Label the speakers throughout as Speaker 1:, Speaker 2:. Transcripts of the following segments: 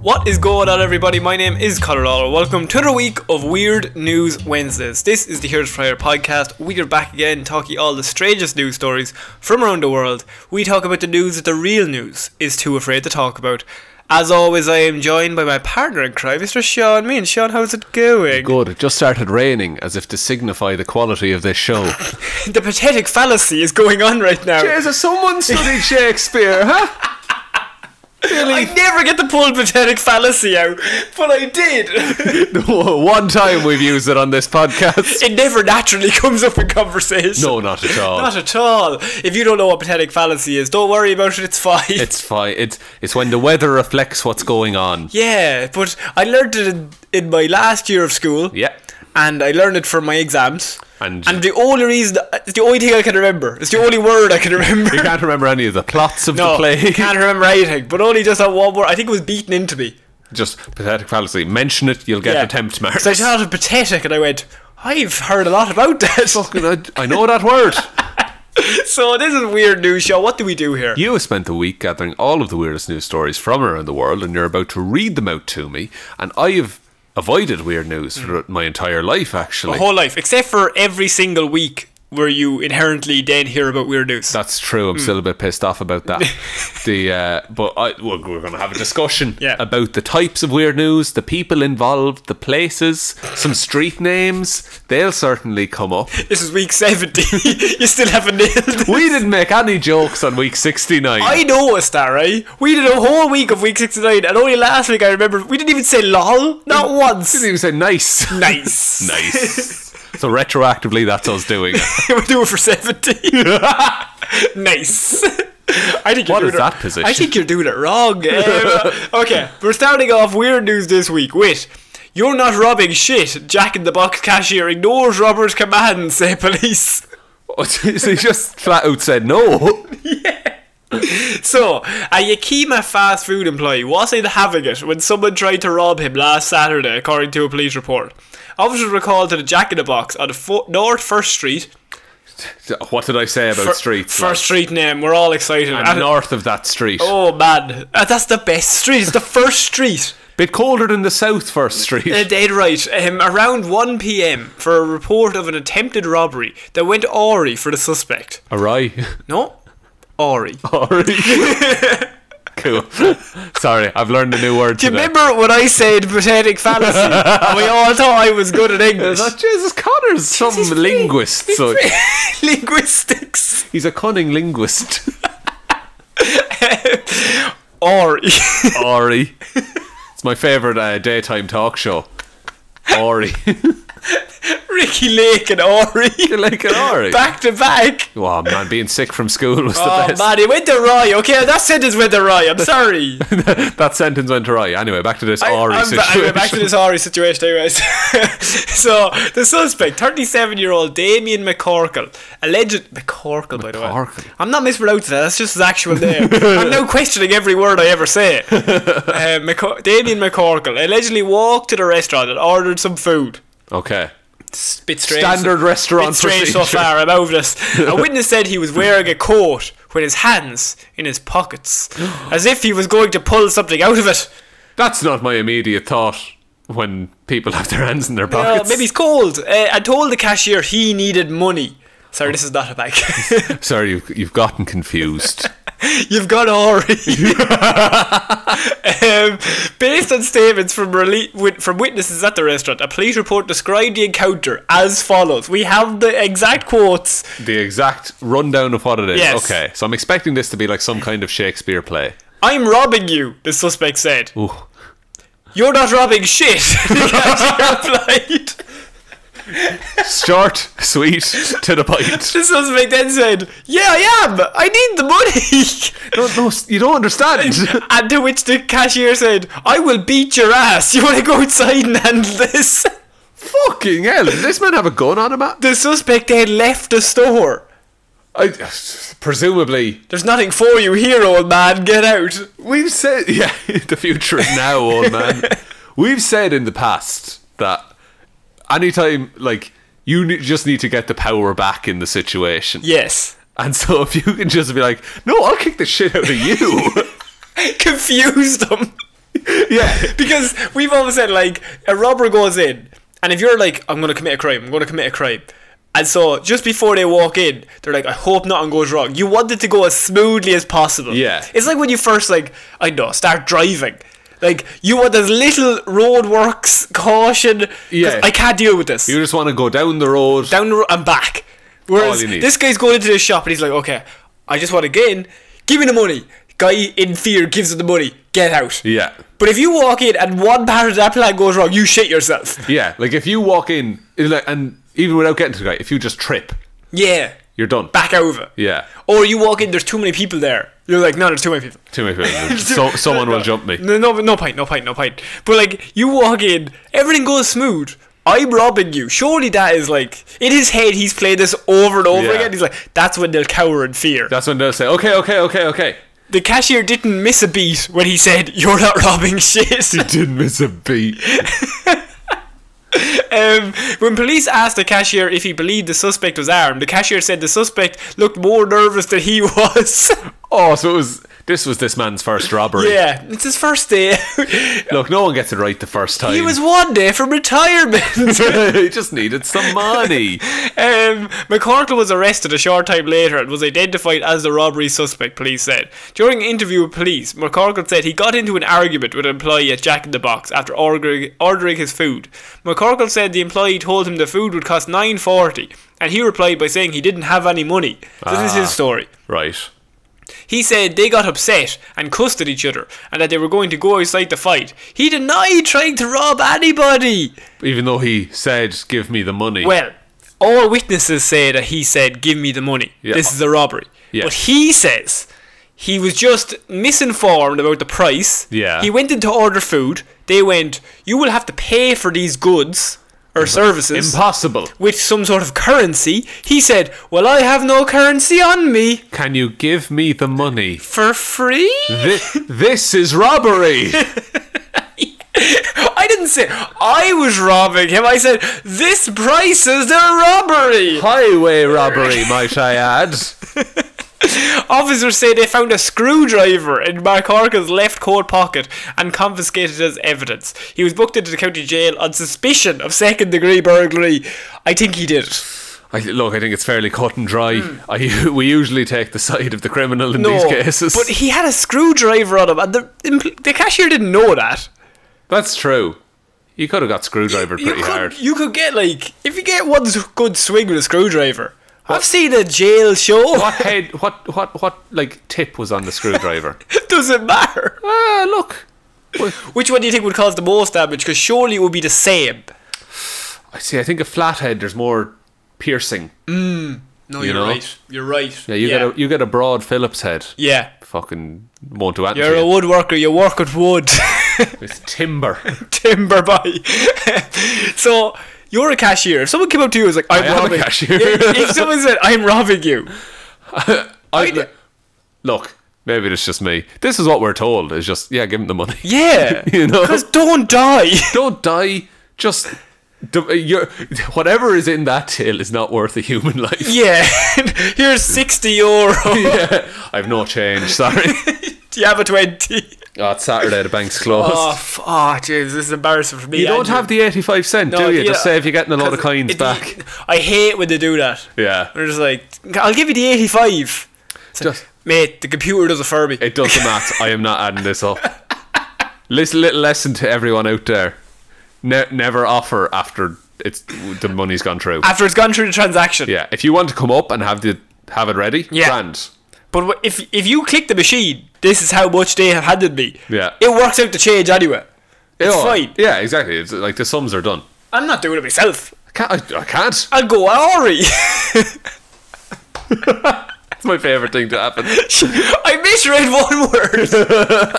Speaker 1: What is going on, everybody? My name is Colorado. Welcome to the week of Weird News Wednesdays. This is the Here's Prior podcast. We are back again talking all the strangest news stories from around the world. We talk about the news that the real news is too afraid to talk about. As always, I am joined by my partner in crime, Mr. Sean. Me and Sean, how's it going?
Speaker 2: Good. It just started raining as if to signify the quality of this show.
Speaker 1: The pathetic fallacy is going on right now.
Speaker 2: Jesus, someone studied Shakespeare, huh?
Speaker 1: I never get to pull pathetic fallacy out, but I did.
Speaker 2: One time we've used it on this podcast.
Speaker 1: it never naturally comes up in conversation.
Speaker 2: No, not at all.
Speaker 1: Not at all. If you don't know what pathetic fallacy is, don't worry about it. It's fine.
Speaker 2: it's fine. It's it's when the weather reflects what's going on.
Speaker 1: yeah, but I learned it in, in my last year of school.
Speaker 2: Yeah.
Speaker 1: And I learned it for my exams.
Speaker 2: And-
Speaker 1: the only reason, it's the only thing I can remember. It's the only word I can remember.
Speaker 2: You can't remember any of the plots of the
Speaker 1: no,
Speaker 2: play.
Speaker 1: can't remember anything. But only just that one word. I think it was beaten into me.
Speaker 2: Just pathetic fallacy. Mention it, you'll get
Speaker 1: Yeah.
Speaker 2: attempt marks.
Speaker 1: So I thought it pathetic, and I went, I've heard a lot about that.
Speaker 2: I, I know that word.
Speaker 1: so this is a weird news show. What do we do here?
Speaker 2: You have spent the week gathering all of the weirdest news stories from around the world, and you're about to read them out to me. And I have avoided weird news for my entire life, actually.
Speaker 1: whole life, except for every single week where you inherently then hear about weird news.
Speaker 2: That's true.
Speaker 1: Hmm.
Speaker 2: I'm still a bit pissed off about that. the uh, but I, we're, we're going to have a discussion
Speaker 1: Yeah.
Speaker 2: about the types of weird news, the people involved, the places, some street names. They'll certainly come up.
Speaker 1: This is week 70. you still haven't nailed it.
Speaker 2: We didn't make any jokes on week 69.
Speaker 1: I noticed that, right? We did a whole week of week 69, and only last week I remember we didn't even say lol. Not once.
Speaker 2: didn't even say nice.
Speaker 1: Mm. Nice.
Speaker 2: nice. So retroactively, that's us doing. it.
Speaker 1: we'll do it for 70. nice. I think you're
Speaker 2: What
Speaker 1: doing
Speaker 2: is
Speaker 1: it-
Speaker 2: that position?
Speaker 1: I think you're doing it wrong. Em. okay, we're starting off weird news this week. Wait. You're not robbing shit. Jack in the box cashier ignores robber's commands, say police.
Speaker 2: so he just flat out said no.
Speaker 1: So, a Yakima fast food employee wasn't having it when someone tried to rob him last Saturday, according to a police report. Officers were called to the Jack in the Box on Fo- North First Street.
Speaker 2: What did I say about
Speaker 1: Fir-
Speaker 2: streets?
Speaker 1: First Street name. We're all excited.
Speaker 2: like?
Speaker 1: And-
Speaker 2: And north of that street.
Speaker 1: oh man, Uh, that's the best street. It's the first street.
Speaker 2: Bit colder than the south first street.
Speaker 1: Uh, dead right. Um, around 1 p.m. for a report of an attempted robbery that went awry for the suspect.
Speaker 2: Alright.
Speaker 1: No, awry.
Speaker 2: Sorry. cool. Sorry, I've learned a new word
Speaker 1: Do you
Speaker 2: today.
Speaker 1: remember when I said pathetic fallacy? and we all thought I was good at
Speaker 2: I
Speaker 1: English.
Speaker 2: thought, Jesus Connor's some
Speaker 1: He's free.
Speaker 2: linguist. so
Speaker 1: linguistics
Speaker 2: he's a cunning linguist.
Speaker 1: or
Speaker 2: Ori. It's my favourite uh, daytime talk show. Ori.
Speaker 1: Ricky Lake and Ori
Speaker 2: you like an Ori?
Speaker 1: back to back.
Speaker 2: oh man, being sick from school was the
Speaker 1: Oh
Speaker 2: best.
Speaker 1: man, it went to Roy. Okay, that sentence went to Roy. I'm sorry.
Speaker 2: that sentence went awry. Anyway, back to this
Speaker 1: I-
Speaker 2: Ori
Speaker 1: I'm, ba-
Speaker 2: E situation.
Speaker 1: I'm back to this Ori situation, anyways. so the suspect, 37-year-old Damien McCorkle, alleged McCorkle, by the way.
Speaker 2: McCorkle.
Speaker 1: I'm not mispronouncing that. That's just his actual name. I'm now questioning every word I ever say. uh, McCor- Damien McCorkle allegedly walked to the restaurant and ordered some food.
Speaker 2: Okay.
Speaker 1: It's a bit strange.
Speaker 2: Standard restaurant
Speaker 1: bit strange so
Speaker 2: procedure.
Speaker 1: far. I'm over this. A witness said he was wearing a coat with his hands in his pockets, as if he was going to pull something out of it.
Speaker 2: That's not my immediate thought when people have their hands in their
Speaker 1: Uh,
Speaker 2: pockets.
Speaker 1: maybe he's cold. Uh, I told the cashier he needed money. Sorry, this is not a bank.
Speaker 2: Sorry, you, you've gotten confused.
Speaker 1: You've got Ori. um, based on statements from rele- wit- from witnesses at the restaurant, a police report described the encounter as follows. We have the exact quotes.
Speaker 2: the exact rundown of what it is.
Speaker 1: Yes.
Speaker 2: Okay, so I'm expecting this to be like some kind of Shakespeare play.
Speaker 1: I'm robbing you, the suspect said.
Speaker 2: Ooh.
Speaker 1: You're not robbing shit. The cashier replied.
Speaker 2: Short, sweet, to the point.
Speaker 1: The suspect then said, "Yeah, I am. I need the money."
Speaker 2: No, no, you don't understand.
Speaker 1: and to which the cashier said, "I will beat your ass. You want to go outside and handle this?"
Speaker 2: Fucking hell, did this man have a gun on him? at-
Speaker 1: The suspect then left the store.
Speaker 2: I, presumably,
Speaker 1: There's nothing for you here, old man. Get out.
Speaker 2: we've said, yeah, the future is now, old man. We've said in the past that anytime, like, you ne- just need to get the power back in the situation.
Speaker 1: Yes.
Speaker 2: And so if you can just be like, no, I'll kick the shit out of you.
Speaker 1: Confused them.
Speaker 2: Yeah.
Speaker 1: because we've always said like a robber goes in, and if you're like, I'm gonna commit a crime, I'm gonna commit a crime, and so just before they walk in, they're like, I hope nothing goes wrong. You want it to go as smoothly as possible.
Speaker 2: Yeah.
Speaker 1: it's like when you first like I don't know start driving. Like you want as little roadworks caution. 'cause
Speaker 2: Yeah.
Speaker 1: I can't deal with this
Speaker 2: You just want to go down the road.
Speaker 1: down the road and back. Whereas
Speaker 2: you need.
Speaker 1: this guy's going into this shop and he's like, okay, I just want to get in. Give me the money. Guy in fear gives him the money. Get out.
Speaker 2: Yeah.
Speaker 1: But if you walk in and one part of that plan goes wrong, you shit yourself.
Speaker 2: Yeah. Like if you walk in, it's like, and even without getting to the guy, if you just trip,
Speaker 1: Yeah.
Speaker 2: you're done.
Speaker 1: Back over.
Speaker 2: Yeah.
Speaker 1: Or you walk in, there's too many people there. You're like, no, there's too many people.
Speaker 2: Too many people. so, someone will jump me.
Speaker 1: No, no, no pint, no pint, no pint. But like, you walk in, everything goes smooth. I'm robbing you. Surely that is like in his head. He's played this over and over
Speaker 2: Yeah.
Speaker 1: again. He's like, that's when they'll cower in fear.
Speaker 2: That's when they'll say, okay, okay, okay, okay.
Speaker 1: The cashier didn't miss a beat when he said, "You're not robbing shit."
Speaker 2: Didn't miss a beat.
Speaker 1: um, when police asked the cashier if he believed the suspect was armed, the cashier said the suspect looked more nervous than he was.
Speaker 2: Oh, so it was. This was this man's first robbery.
Speaker 1: yeah, it's his first day. out.
Speaker 2: Look, no one gets it right the first time.
Speaker 1: he was one day from retirement.
Speaker 2: he just needed some money.
Speaker 1: um, McCorkle was arrested a short time later and was identified as the robbery suspect, police said. During an interview with police, McCorkle said he got into an argument with an employee at Jack in the Box after ordering, ordering his food. McCorkle said the employee told him the food would cost nine forty, and he replied by saying he didn't have any money. So this is
Speaker 2: Ah.
Speaker 1: his story.
Speaker 2: Right.
Speaker 1: He said they got upset and cussed at each other and that they were going to go outside to fight. He denied trying to rob anybody.
Speaker 2: Even though he said, "Give me the money."
Speaker 1: Well, all witnesses say that he said, "Give me the money.
Speaker 2: Yeah.
Speaker 1: This is a robbery."
Speaker 2: Yeah.
Speaker 1: But he says he was just misinformed about the price.
Speaker 2: Yeah.
Speaker 1: He went in to order food. They went, "You will have to pay for these goods or services."
Speaker 2: Impossible.
Speaker 1: with some sort of currency, he said, Well, I have no currency on me
Speaker 2: Can you give me the money?
Speaker 1: for free.
Speaker 2: This, this is robbery.
Speaker 1: I didn't say I was robbing him. I said, This price is a robbery.
Speaker 2: Highway robbery, might I add.
Speaker 1: Officers say they found a screwdriver in McCorkle's left coat pocket and confiscated it as evidence. He was booked into the county jail on suspicion of second degree burglary. I think he did it.
Speaker 2: I, look, I think it's fairly cut and dry. I, we usually take the side of the criminal
Speaker 1: Hmm.
Speaker 2: in
Speaker 1: No,
Speaker 2: these cases.
Speaker 1: but he had a screwdriver on him, and the, impl- the cashier didn't know that.
Speaker 2: That's true. You could have got screwdriver
Speaker 1: You
Speaker 2: pretty hard.
Speaker 1: could, you could get like if you get one s- good swing with a screwdriver. I've seen a jail show.
Speaker 2: What head? What? What? What? Like tip was on the screwdriver?
Speaker 1: Doesn't matter.
Speaker 2: Ah, look.
Speaker 1: Which one do you think would cause the most damage? Because surely it would be the same.
Speaker 2: I see. I think a flathead. There's more piercing.
Speaker 1: No,
Speaker 2: You
Speaker 1: you're
Speaker 2: know?
Speaker 1: right. You're right.
Speaker 2: Yeah, you get a you get a broad Phillips head.
Speaker 1: yeah.
Speaker 2: Fucking won't do anything.
Speaker 1: You're a
Speaker 2: to you.
Speaker 1: woodworker. You work with wood,
Speaker 2: It's timber.
Speaker 1: timber boy. so you're a cashier. If someone came up to you and was like, "I'm
Speaker 2: am a
Speaker 1: robbing,"
Speaker 2: cashier.
Speaker 1: if, if someone said, "I'm robbing you,"
Speaker 2: I,
Speaker 1: d-
Speaker 2: look, maybe it's just me. This is what we're told. Is just yeah, give him the money.
Speaker 1: yeah,
Speaker 2: You know?
Speaker 1: because don't die.
Speaker 2: Don't die. Just d- your whatever is in that till is not worth a human life.
Speaker 1: yeah, here's sixty euro.
Speaker 2: yeah, I've no change. Sorry.
Speaker 1: Do you have a twenty?
Speaker 2: oh, it's Saturday. The bank's closed.
Speaker 1: Oh, f- oh, jeez, this is embarrassing for me.
Speaker 2: you don't
Speaker 1: Andrew.
Speaker 2: have the eighty-five cent,
Speaker 1: No,
Speaker 2: do you?
Speaker 1: yeah,
Speaker 2: Just say if you're getting a lot of
Speaker 1: 'cause
Speaker 2: coins
Speaker 1: it-
Speaker 2: back.
Speaker 1: I hate when they do that.
Speaker 2: Yeah.
Speaker 1: They're just like, I'll give you the eighty-five. It's like,
Speaker 2: Just-
Speaker 1: mate, the computer does a Furby.
Speaker 2: It doesn't matter. I am not adding this up. Little, little lesson to everyone out there: ne- never offer after it's the money's gone through.
Speaker 1: After it's gone through the transaction.
Speaker 2: Yeah, if you want to come up and have the have it ready,
Speaker 1: Yeah.
Speaker 2: grand.
Speaker 1: But wh- if if you click the machine, this is how much they have handed me.
Speaker 2: Yeah.
Speaker 1: It works out the change anyway. It's
Speaker 2: Yeah,
Speaker 1: fine.
Speaker 2: Oh, Yeah, exactly. It's like the sums are done.
Speaker 1: I'm not doing it myself.
Speaker 2: I can't. I, I can't.
Speaker 1: I'll go Ari.
Speaker 2: That's my favorite thing to happen.
Speaker 1: I misread one word.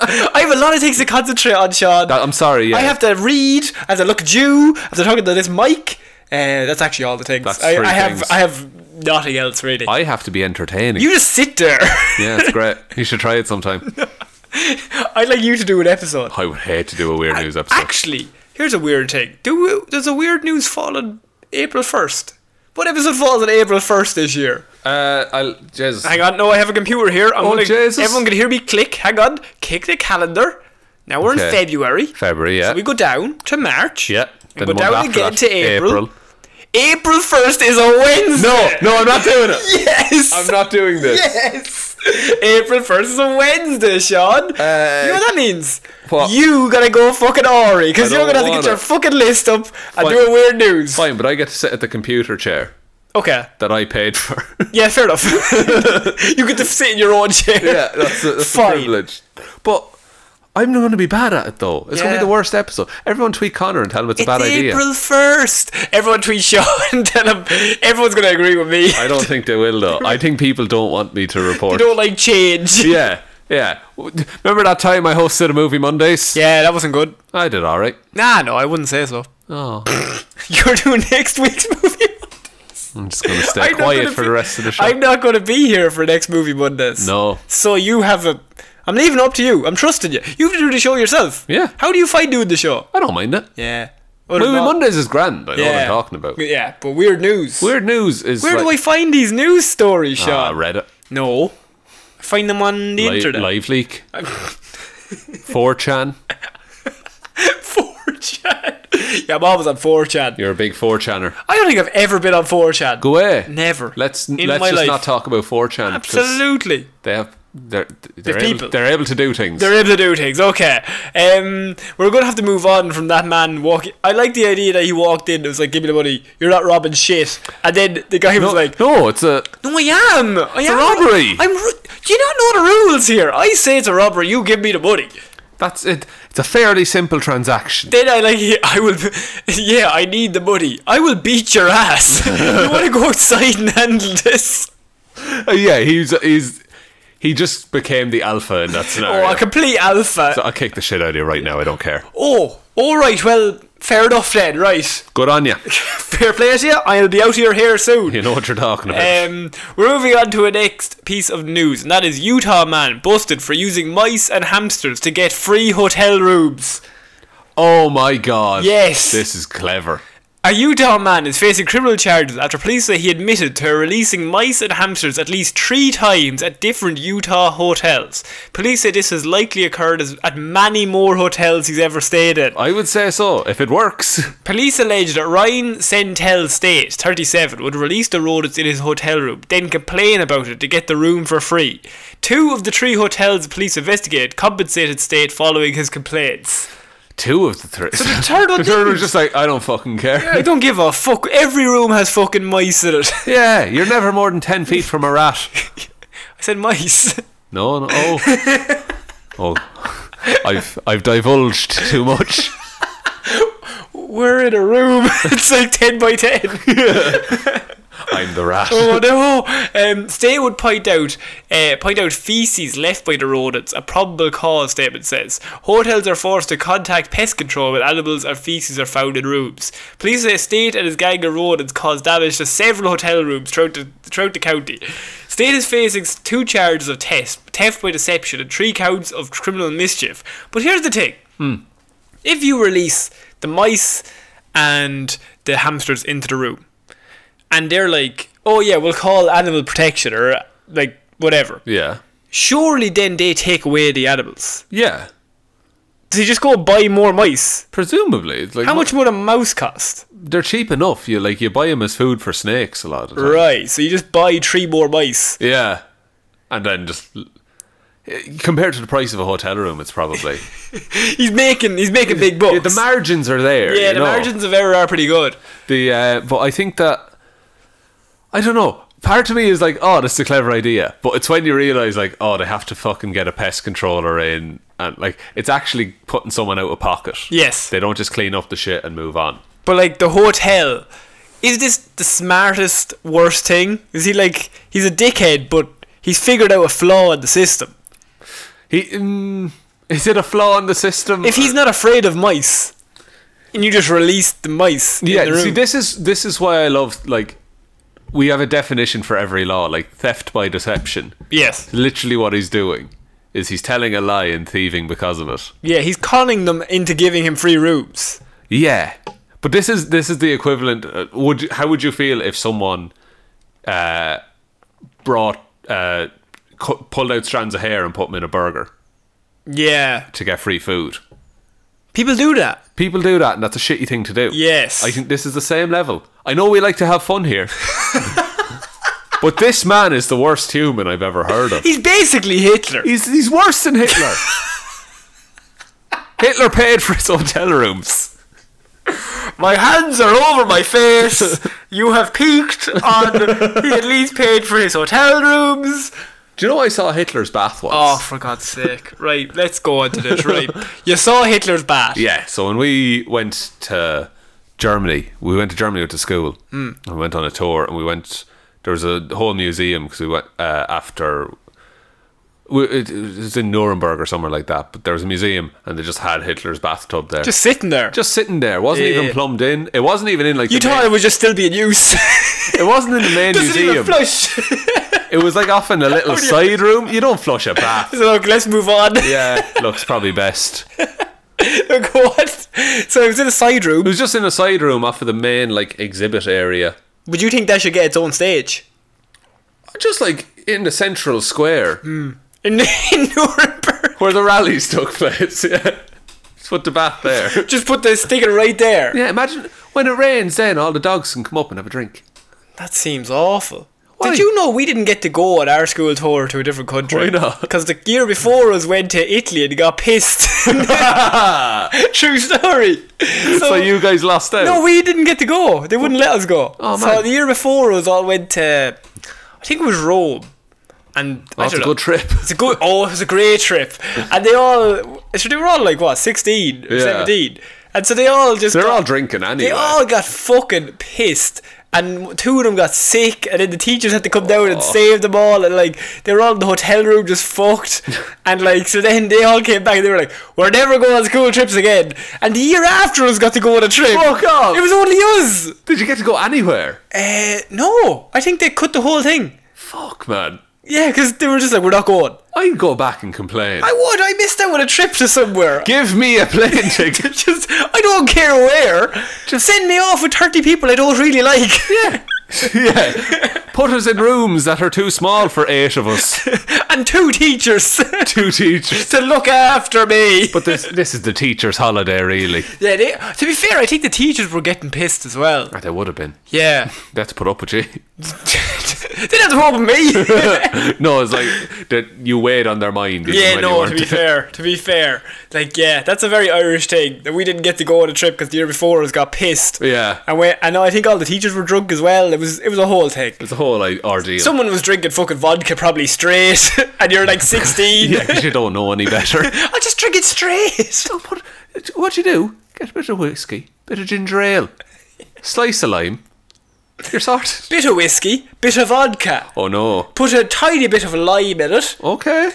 Speaker 1: I have a lot of things to concentrate on, Sean.
Speaker 2: I'm sorry. Yeah,
Speaker 1: I have to read. I have to look at you. I have to talk into this mic. Uh, that's actually all the things.
Speaker 2: That's
Speaker 1: I,
Speaker 2: three
Speaker 1: I have.
Speaker 2: things.
Speaker 1: I have nothing else really.
Speaker 2: I have to be entertaining.
Speaker 1: you just sit there.
Speaker 2: yeah, it's great. You should try it sometime.
Speaker 1: I'd like you to do an episode.
Speaker 2: I would hate to do a weird news episode.
Speaker 1: Actually, here's a weird thing. Do we, does a weird news fall on April first? What episode falls on April first this year?
Speaker 2: Uh, I'll Jesus.
Speaker 1: Hang on, no, I have a computer here. I'm
Speaker 2: Oh,
Speaker 1: gonna,
Speaker 2: Jesus.
Speaker 1: Everyone can hear me click. Hang on, kick the calendar. Now we're in
Speaker 2: Okay.
Speaker 1: February.
Speaker 2: February, yeah.
Speaker 1: So we go down to March.
Speaker 2: yeah.
Speaker 1: We
Speaker 2: Then
Speaker 1: go
Speaker 2: the month
Speaker 1: down
Speaker 2: after
Speaker 1: again
Speaker 2: that,
Speaker 1: to April. April. 1st is a Wednesday.
Speaker 2: No, no, I'm not doing it.
Speaker 1: Yes.
Speaker 2: I'm not doing this.
Speaker 1: Yes. April 1st is a Wednesday, Sean. you know what that means?
Speaker 2: Uh, What?
Speaker 1: You gotta go fucking Ori, because
Speaker 2: I
Speaker 1: you're
Speaker 2: don't
Speaker 1: gonna have to get
Speaker 2: wanna.
Speaker 1: your fucking list up and
Speaker 2: Fine.
Speaker 1: do a weird news.
Speaker 2: Fine, but I get to sit at the computer chair
Speaker 1: Okay.
Speaker 2: that I paid for.
Speaker 1: Yeah, fair enough. you get to sit in your own chair.
Speaker 2: yeah, that's a, that's a
Speaker 1: Fine.
Speaker 2: privilege. But I'm not going to be bad at it though. It's going
Speaker 1: Yeah.
Speaker 2: to be the worst episode. Everyone tweet Connor and tell him it's, a bad
Speaker 1: it's
Speaker 2: idea.
Speaker 1: April 1st. Everyone tweet Sean and tell him everyone's gonna agree with me.
Speaker 2: I don't think they will though. I think people don't want me to
Speaker 1: I
Speaker 2: report.
Speaker 1: don't like change.
Speaker 2: Yeah, yeah. W- Remember that time I hosted a movie Mondays?
Speaker 1: Yeah, that wasn't good.
Speaker 2: I did all right.
Speaker 1: Nah, no, I wouldn't say so.
Speaker 2: Oh,
Speaker 1: You're doing next week's movie.
Speaker 2: I'm just going to stay
Speaker 1: I'm not
Speaker 2: quiet
Speaker 1: gonna
Speaker 2: for
Speaker 1: be-
Speaker 2: the rest of the show.
Speaker 1: I'm not going to be here for next movie Mondays.
Speaker 2: No.
Speaker 1: So you have a. I'm leaving it up to you. I'm trusting you. You have to do the show yourself.
Speaker 2: Yeah.
Speaker 1: How do you find doing the show?
Speaker 2: I don't mind it.
Speaker 1: Yeah. Well,
Speaker 2: Movie
Speaker 1: not-
Speaker 2: Mondays is grand. I know what
Speaker 1: Yeah.
Speaker 2: I'm talking about.
Speaker 1: Yeah, but weird news.
Speaker 2: Weird news is
Speaker 1: Where do I
Speaker 2: like,
Speaker 1: find these news stories,
Speaker 2: ah,
Speaker 1: Sean?
Speaker 2: Reddit,
Speaker 1: no. I find them on the
Speaker 2: Li-
Speaker 1: internet.
Speaker 2: Live Leak, 4chan.
Speaker 1: 4chan. Yeah, I'm always on 4chan.
Speaker 2: You're a big 4chaner.
Speaker 1: I don't think I've ever been on 4chan.
Speaker 2: Go away.
Speaker 1: Never.
Speaker 2: Let's
Speaker 1: In
Speaker 2: let's
Speaker 1: my
Speaker 2: just
Speaker 1: life.
Speaker 2: not talk about 4chan because
Speaker 1: Absolutely.
Speaker 2: they have they're they're,
Speaker 1: people.
Speaker 2: able, they're able to do things.
Speaker 1: They're able to do things. Okay. Um, we're going to have to move on from that man walking. I like the idea that he walked in. It was like, give me the money. You're not robbing shit. And then the guy
Speaker 2: no,
Speaker 1: was like,
Speaker 2: no, it's a
Speaker 1: no, I am. I it's am.
Speaker 2: robbery."
Speaker 1: I'm. ru- Do you not know the rules here? I say it's a robbery. You give me the money.
Speaker 2: that's it. It's a fairly simple transaction.
Speaker 1: Then I like. I will. Yeah, I need the money. I will beat your ass. you want to go outside and handle this?
Speaker 2: Uh, yeah, he's he's he just became the alpha in that
Speaker 1: Oh,
Speaker 2: scenario.
Speaker 1: a complete alpha.
Speaker 2: So I'll kick the shit out of you right now. I don't care.
Speaker 1: oh, all right. Well, fair enough then. Right.
Speaker 2: Good on you.
Speaker 1: Fair play to you. I'll be out of your hair soon.
Speaker 2: You know what you're talking about.
Speaker 1: Um, we're moving on to a next piece of news, and that is Utah man busted for using mice and hamsters to get free hotel rooms.
Speaker 2: oh my god.
Speaker 1: yes.
Speaker 2: This is clever.
Speaker 1: A Utah man is facing criminal charges after police say he admitted to releasing mice and hamsters at least three times at different Utah hotels. Police say this has likely occurred as, at many more hotels he's ever stayed in.
Speaker 2: I would say so. If it works,
Speaker 1: Police allege that Ryan Sentel State, 37, would release the rodents in his hotel room, then complain about it to get the room for free. Two of the three hotels police investigated compensated State following his complaints.
Speaker 2: two of the three. So the
Speaker 1: turtle
Speaker 2: turtle
Speaker 1: didn't.
Speaker 2: was just like, I don't fucking care.
Speaker 1: I don't give a fuck. Every room has fucking mice in it.
Speaker 2: Yeah, you're never more than 10 feet from a rat.
Speaker 1: I said mice.
Speaker 2: No, no. Oh. oh. I've, I've divulged too much.
Speaker 1: We're in a room. It's like 10 by 10.
Speaker 2: I'm the rat.
Speaker 1: Oh no! Um, Stay would point out uh, point out feces left by the rodents, a probable cause statement says. Hotels are forced to contact pest control when animals or feces are found in rooms. Police say State and his gang of rodents caused damage to several hotel rooms throughout the, throughout the county. State is facing s- two charges of theft, theft by deception, and three counts of criminal mischief. But here's the thing: if you release the mice and the hamsters into the room and they're like, "Oh yeah, we'll call animal protection or like whatever."
Speaker 2: Yeah.
Speaker 1: Surely then they take away the animals.
Speaker 2: Yeah.
Speaker 1: So you just go buy more mice.
Speaker 2: Presumably. It's like,
Speaker 1: How much would a mouse cost?
Speaker 2: They're cheap enough. You like you buy them as food for snakes a lot of the time.
Speaker 1: Right, so you just buy three more mice.
Speaker 2: Yeah. And then just. Compared to the price of a hotel room, it's probably.
Speaker 1: He's making he's making big bucks. Yeah,
Speaker 2: the margins are there. you
Speaker 1: the
Speaker 2: know.
Speaker 1: margins of error are pretty good.
Speaker 2: The uh, but I think that I don't know. Part of me is like, oh, that's a clever idea. But it's when you realize, like, oh, they have to fucking get a pest controller in, and like, it's actually putting someone out of pocket.
Speaker 1: Yes.
Speaker 2: they don't just clean up the shit and move on.
Speaker 1: But like the hotel, is this the smartest worst thing? Is he like he's a dickhead, but he's figured out a flaw in the system.
Speaker 2: He mm, is it a flaw in the system?
Speaker 1: If he's not afraid of mice, and you just release the mice, in
Speaker 2: yeah,
Speaker 1: the room.
Speaker 2: see, this is this is why I love like we have a definition for every law, like theft by deception.
Speaker 1: Yes.
Speaker 2: Literally, what he's doing is he's telling a lie and thieving because of it.
Speaker 1: Yeah, he's conning them into giving him free rooms.
Speaker 2: Yeah, but this is this is the equivalent. Uh, would you- how would you feel if someone uh, brought uh, cu- pulled out strands of hair and put them in a burger?
Speaker 1: Yeah.
Speaker 2: to get free food.
Speaker 1: People do that.
Speaker 2: People do that, and that's a shitty thing to do.
Speaker 1: Yes.
Speaker 2: I think this is the same level. I know we like to have fun here, but this man is the worst human I've ever heard of.
Speaker 1: He's basically Hitler.
Speaker 2: He's, he's worse than Hitler. Hitler paid for his hotel rooms.
Speaker 1: My hands are over my face. you have peaked on. He at least paid for his hotel rooms.
Speaker 2: Do you know I saw Hitler's bath once?
Speaker 1: Oh, for God's sake. Right, let's go on to this. Right. You saw Hitler's bath.
Speaker 2: Yeah, so when we went to Germany, we went to Germany with the school.
Speaker 1: Hmm.
Speaker 2: Mm. We went on a tour and we went. There was a whole museum because we went uh, after. We, it, it was in Nuremberg or somewhere like that, but there was a museum and they just had Hitler's bathtub there.
Speaker 1: Just sitting there.
Speaker 2: Just sitting there, wasn't
Speaker 1: Yeah.
Speaker 2: even plumbed in. It wasn't even in like
Speaker 1: you
Speaker 2: the
Speaker 1: thought
Speaker 2: main,
Speaker 1: it was just still being used.
Speaker 2: it wasn't in the main
Speaker 1: Doesn't even
Speaker 2: museum.
Speaker 1: flush. Oh,
Speaker 2: It was like off in a little side room. You don't flush a bath.
Speaker 1: so look, let's move on.
Speaker 2: Yeah, looks probably best.
Speaker 1: Look, what? So it was in a side
Speaker 2: It
Speaker 1: room.
Speaker 2: was just in a side room off of the main like exhibit area.
Speaker 1: Would you think that should get its own stage?
Speaker 2: just like in the central square
Speaker 1: In, in Nuremberg.
Speaker 2: where the rallies took place. Yeah, just put the bath there.
Speaker 1: Just put the sticker right there.
Speaker 2: Yeah, imagine when it rains, then all the dogs can come up and have a drink.
Speaker 1: That seems awful.
Speaker 2: Why?
Speaker 1: Did you know we didn't get to go on our school tour to a different country?
Speaker 2: Why not?
Speaker 1: Because the year before us went to Italy and got pissed. True story. So,
Speaker 2: So you guys lost out.
Speaker 1: no, we didn't get to go. They wouldn't let us go.
Speaker 2: Oh,
Speaker 1: so
Speaker 2: man.
Speaker 1: the year before us all went to, I think it was Rome, and I
Speaker 2: that's a
Speaker 1: don't know.
Speaker 2: good trip.
Speaker 1: It's a good. Oh, it was a great trip, and they all. So they were all like what, sixteen or
Speaker 2: Yeah.
Speaker 1: seventeen, and so they all just.
Speaker 2: They're
Speaker 1: got-
Speaker 2: all drinking anyway.
Speaker 1: they all got fucking pissed, and two of them got sick, and then the teachers had to come down
Speaker 2: Oh.
Speaker 1: and save them all, and like they were all in the hotel room just fucked, and like so then they all came back and they were like, "We're never going on school trips again." And the year after us got to go on a trip.
Speaker 2: Fuck off.
Speaker 1: It was only us.
Speaker 2: Did you get to go anywhere?
Speaker 1: Uh, no, I think they cut the whole thing.
Speaker 2: Fuck, man.
Speaker 1: Yeah, because they were just like, "We're not going."
Speaker 2: I'd go back and complain.
Speaker 1: I would. I missed out on a trip to somewhere.
Speaker 2: Give me a plane ticket.
Speaker 1: Just, I don't care where. Just send me off with thirty people I don't really like. Yeah.
Speaker 2: yeah. Put us in rooms that are too small for eight of us.
Speaker 1: and two teachers to
Speaker 2: Two teachers.
Speaker 1: look after me.
Speaker 2: But this this is the teacher's holiday, really.
Speaker 1: yeah, they, to be fair, I think the teachers were getting pissed as well.
Speaker 2: Or Ah, They would have been.
Speaker 1: Yeah.
Speaker 2: They had to put up with you.
Speaker 1: they didn't have to problem me.
Speaker 2: no, it's like that you weighed on their mind. even
Speaker 1: yeah,
Speaker 2: when
Speaker 1: no,
Speaker 2: you
Speaker 1: to be
Speaker 2: weren't.
Speaker 1: fair, to be fair. Like, yeah, that's a very Irish thing that we didn't get to go on a trip because the year before us got pissed.
Speaker 2: Yeah.
Speaker 1: And, we, and I think all the teachers were drunk as well. It was, it was a whole thing.
Speaker 2: It's a whole like, ordeal.
Speaker 1: Someone was drinking fucking vodka probably straight, and you're like 16.
Speaker 2: yeah, 'cause you don't know any better.
Speaker 1: I'll just drink it straight.
Speaker 2: Don't put- what you do? Get a bit of whiskey, bit of ginger ale, slice of lime. You're sorted.
Speaker 1: Bit of whiskey, bit of vodka.
Speaker 2: Oh no.
Speaker 1: Put a tiny bit of lime in it.
Speaker 2: Okay.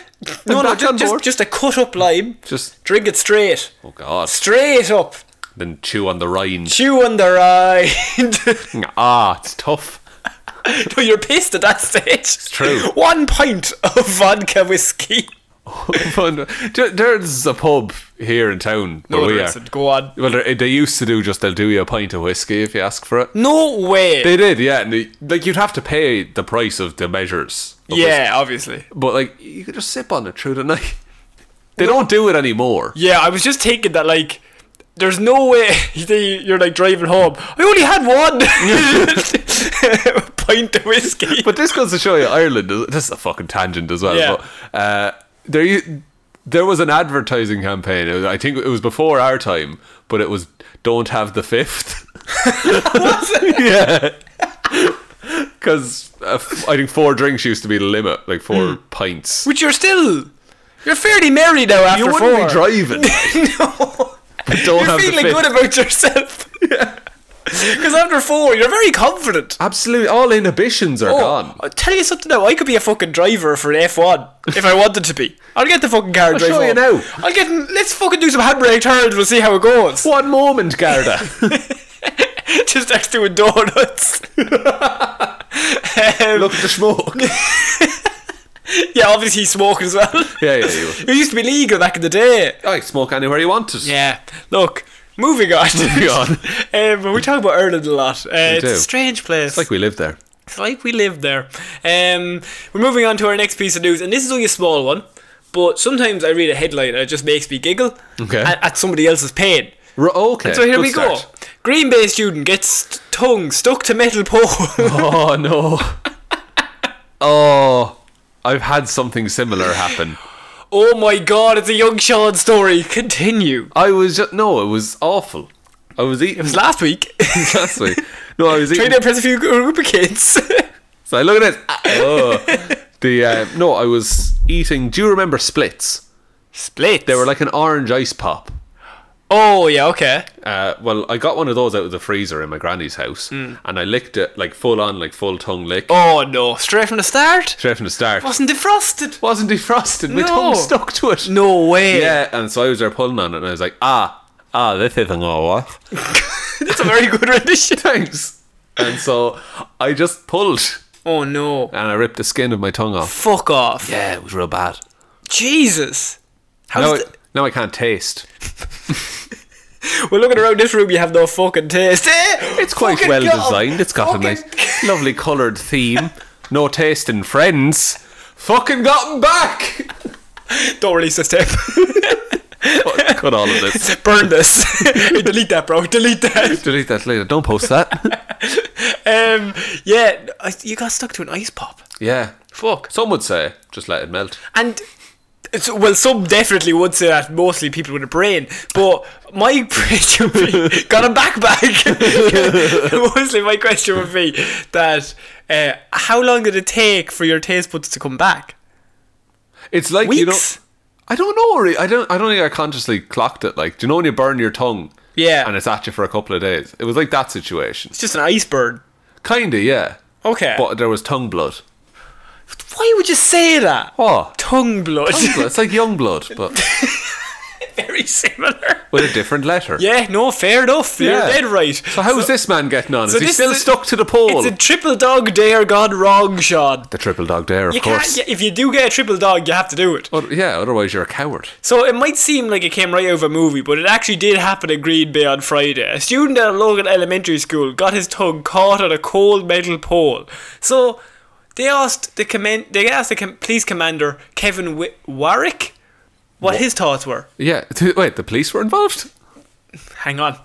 Speaker 1: No, no,
Speaker 2: I'm back
Speaker 1: just,
Speaker 2: on board.
Speaker 1: just, just a cut up lime.
Speaker 2: Just-
Speaker 1: drink it straight,
Speaker 2: Oh god.
Speaker 1: straight up.
Speaker 2: Then chew on the rind.
Speaker 1: Chew on the rind.
Speaker 2: Ah, it's tough.
Speaker 1: no, you're pissed at that stage. It's
Speaker 2: true.
Speaker 1: One pint of vodka whiskey.
Speaker 2: Fun. Ju- There's a pub here in town where
Speaker 1: No,
Speaker 2: we
Speaker 1: there
Speaker 2: are.
Speaker 1: isn't. Go on.
Speaker 2: Well, they they used to do just they'll do you a pint of whiskey if you ask for it.
Speaker 1: No way.
Speaker 2: They did, yeah. And they, like you'd have to pay the price of the measures. of
Speaker 1: yeah, obviously.
Speaker 2: But like you could just sip on it through the night. They don't do it anymore.
Speaker 1: Yeah, I was just thinking that like. There's no way they- you're like driving home. I only had one pint of whiskey.
Speaker 2: But this goes to show you Ireland. is- This is a fucking tangent as well.
Speaker 1: Yeah.
Speaker 2: But, uh, there, you, there was an advertising campaign. It was, I think it was before our time, but it was "Don't have the fifth. yeah. Because uh, f- I think four drinks used to be the limit, like four
Speaker 1: Hmm.
Speaker 2: pints.
Speaker 1: Which you're still, you're fairly merry now after
Speaker 2: You
Speaker 1: four.
Speaker 2: wouldn't be driving.
Speaker 1: no.
Speaker 2: but don't
Speaker 1: You're
Speaker 2: have the
Speaker 1: feeling
Speaker 2: fifth.
Speaker 1: good about yourself. Because after four, you're very confident.
Speaker 2: Absolutely, all inhibitions are
Speaker 1: Oh,
Speaker 2: gone.
Speaker 1: I'll tell you something now. I could be a fucking driver for an F1 if I wanted to be. I'll get the fucking car and drive
Speaker 2: show you
Speaker 1: home.
Speaker 2: now.
Speaker 1: I'll get. in- Let's fucking do some handbrake turns. We'll see how it goes.
Speaker 2: One moment, Garda.
Speaker 1: Just next to a donuts. Um,
Speaker 2: Look at the smoke.
Speaker 1: yeah, obviously he's smoking as well.
Speaker 2: yeah, yeah, you.
Speaker 1: It used to be legal back in the day.
Speaker 2: I smoke anywhere you want to.
Speaker 1: Yeah. Look. Moving on.
Speaker 2: Moving on.
Speaker 1: um, but we talk about Ireland a lot. Uh, it's a
Speaker 2: do.
Speaker 1: strange place.
Speaker 2: It's like we live there.
Speaker 1: It's like we live there. Um, we're moving on to our next piece of news, and this is only a small one, But sometimes I read a headline and it just makes me giggle
Speaker 2: Okay.
Speaker 1: at, at somebody else's pain.
Speaker 2: R- okay.
Speaker 1: So here
Speaker 2: good
Speaker 1: we
Speaker 2: start.
Speaker 1: go. Green Bay student gets st- tongue stuck to metal pole.
Speaker 2: Oh no. oh, I've had something similar happen.
Speaker 1: oh my god, it's a young Sean story. Continue.
Speaker 2: I was just no, it was awful. I was eating
Speaker 1: It was last week.
Speaker 2: last week. No, I was
Speaker 1: Trying
Speaker 2: eating.
Speaker 1: to impress a few group of kids.
Speaker 2: So I look at it. Oh. The uh, no, I was eating. Do you remember splits?
Speaker 1: Split.
Speaker 2: They were like an orange ice pop.
Speaker 1: Oh yeah, okay.
Speaker 2: Uh, well, I got one of those out of the freezer in my granny's house, and I licked it like full on, like full tongue lick,
Speaker 1: Oh no, straight from the start.
Speaker 2: straight from the start.
Speaker 1: Wasn't defrosted.
Speaker 2: Wasn't defrosted. My
Speaker 1: No.
Speaker 2: tongue stuck to it.
Speaker 1: No way.
Speaker 2: Yeah, and so I was there pulling on it, and I was like, ah, ah, this isn't all what.
Speaker 1: That's a very good rendition.
Speaker 2: Thanks. And so I just pulled,
Speaker 1: Oh no.
Speaker 2: and I ripped the skin of my tongue off.
Speaker 1: Fuck off.
Speaker 2: Yeah, it was real bad.
Speaker 1: Jesus. How's
Speaker 2: Now, I,
Speaker 1: th-
Speaker 2: now I can't taste.
Speaker 1: We're looking around this room, you have no fucking taste.
Speaker 2: It's quite well designed. It's got a nice, lovely coloured theme. No taste in friends. Fucking got 'em back.
Speaker 1: Don't release this tape.
Speaker 2: Cut all of this.
Speaker 1: Burn this. Hey, delete that, bro. Delete that.
Speaker 2: Delete that later. Don't post that.
Speaker 1: Um, yeah, I- you got stuck to an ice pop.
Speaker 2: yeah.
Speaker 1: Fuck.
Speaker 2: Some would say just let it melt.
Speaker 1: And, it's, well, some definitely would say that, mostly people with a brain, but my question would be, got a backpack. mostly my question would be that, uh, how long did it take for your taste buds to come back?
Speaker 2: It's like you know.
Speaker 1: Weeks?
Speaker 2: I don't know. really. I don't. I don't think I consciously clocked it. Like, do you know when you burn your tongue?
Speaker 1: Yeah.
Speaker 2: And it's at you for a couple of days. It was like that situation.
Speaker 1: It's just an iceberg.
Speaker 2: Kinda, yeah.
Speaker 1: Okay.
Speaker 2: But there was tongue blood.
Speaker 1: Why would you say that?
Speaker 2: Oh,
Speaker 1: Tongue blood.
Speaker 2: tongue blood. It's like young blood, but
Speaker 1: Very similar.
Speaker 2: with a different letter.
Speaker 1: Yeah, no, fair enough. You're
Speaker 2: Yeah.
Speaker 1: dead right.
Speaker 2: So how's this man getting on?
Speaker 1: so
Speaker 2: is he
Speaker 1: this
Speaker 2: still
Speaker 1: is a-
Speaker 2: stuck to the pole?
Speaker 1: It's a triple dog dare gone wrong, Sean.
Speaker 2: the triple dog dare, of
Speaker 1: You
Speaker 2: course.
Speaker 1: can't, yeah, if you do get a triple dog, you have to do it.
Speaker 2: Oth- yeah, otherwise you're a coward.
Speaker 1: So it might seem like it came right out of a movie, but it actually did happen at Green Bay on Friday. A student at a local elementary school got his tongue caught on a cold metal pole. So they asked the command, they asked the com- police commander Kevin Wi- Warwick what his thoughts were.
Speaker 2: Yeah. th- Wait, the police were involved?
Speaker 1: Hang on.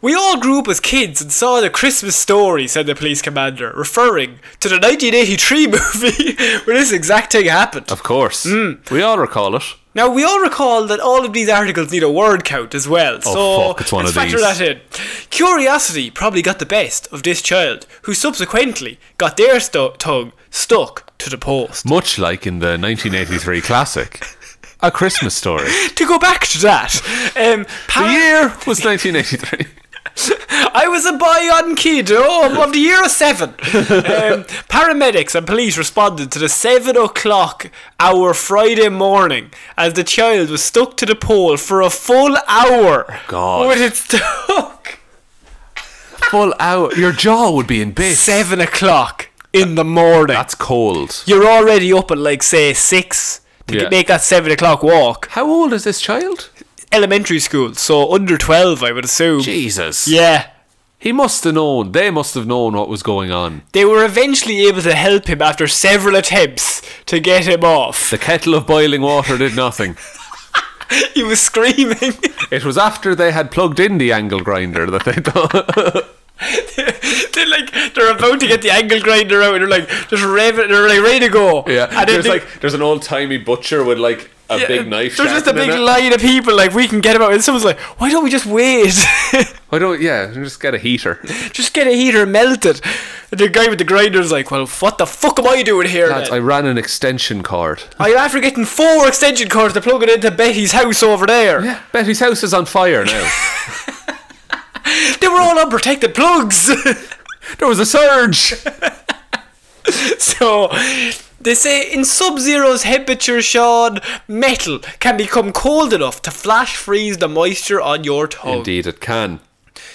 Speaker 1: We all grew up as kids and saw the Christmas story, said the police commander, referring to the 1983 movie where this exact thing happened.
Speaker 2: Of course.
Speaker 1: Hmm.
Speaker 2: We all recall it.
Speaker 1: Now, we all recall that all of these articles need a word count as well, so
Speaker 2: Oh, fuck, it's one
Speaker 1: let's
Speaker 2: of
Speaker 1: factor
Speaker 2: these.
Speaker 1: that in. Curiosity probably got the best of this child, who subsequently got their stu- tongue stuck to the post.
Speaker 2: Much like in the 1983 classic, A Christmas Story.
Speaker 1: To go back to that, um,
Speaker 2: The
Speaker 1: par-
Speaker 2: year was 1983.
Speaker 1: I was a boy on kid oh, of the year of seven. Um, paramedics and police responded to the seven o'clock hour Friday morning as the child was stuck to the pole for a full hour.
Speaker 2: God.
Speaker 1: With its tongue.
Speaker 2: Full hour. Your jaw would be in bits.
Speaker 1: Seven o'clock in the morning.
Speaker 2: That's cold.
Speaker 1: You're already up at like say six to
Speaker 2: Yeah.
Speaker 1: make that seven o'clock walk.
Speaker 2: How old is this child?
Speaker 1: Elementary school, so under twelve, I would assume.
Speaker 2: Jesus.
Speaker 1: Yeah.
Speaker 2: He must have known. They must have known what was going on.
Speaker 1: They were eventually able to help him after several attempts to get him off.
Speaker 2: The kettle of boiling water did nothing.
Speaker 1: He was screaming.
Speaker 2: It was after they had plugged in the angle grinder that they thought.
Speaker 1: they're like they're about to get the angle grinder out and they're like just ready, they're like ready to go. And then they-
Speaker 2: there's an old timey butcher with like a
Speaker 1: yeah, There's just a big line of people like we can get him out and someone's like, Why don't we just wait?
Speaker 2: Why don't yeah? Just get a heater.
Speaker 1: just get a heater and melt it. And the guy with the grinder's like, Well what the fuck am I doing here?
Speaker 2: Lads, I
Speaker 1: then?
Speaker 2: ran an extension cord.
Speaker 1: I'm after getting four extension cords to plug it into Betty's house over there.
Speaker 2: Betty's house is on fire now.
Speaker 1: They were all unprotected plugs.
Speaker 2: there was a surge.
Speaker 1: So they say in sub-zero's temperature, Sean, metal can become cold enough to flash freeze the moisture on your tongue,
Speaker 2: Indeed, it can.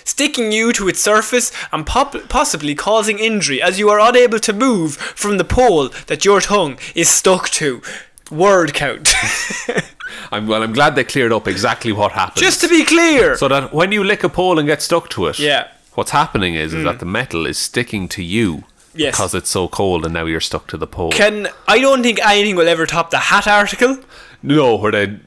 Speaker 1: sticking you to its surface and pop- possibly causing injury as you are unable to move from the pole that your tongue is stuck to. Word count.
Speaker 2: I'm, well, I'm glad they cleared up exactly what happened.
Speaker 1: Just to be clear.
Speaker 2: so that when you lick a pole and get stuck to it,
Speaker 1: Yeah. Mm.
Speaker 2: what's happening is, is that the metal is sticking to you.
Speaker 1: Yes.
Speaker 2: because it's so cold and now you're stuck to the pole.
Speaker 1: Can I don't think anything will ever top the hat article.
Speaker 2: no, where they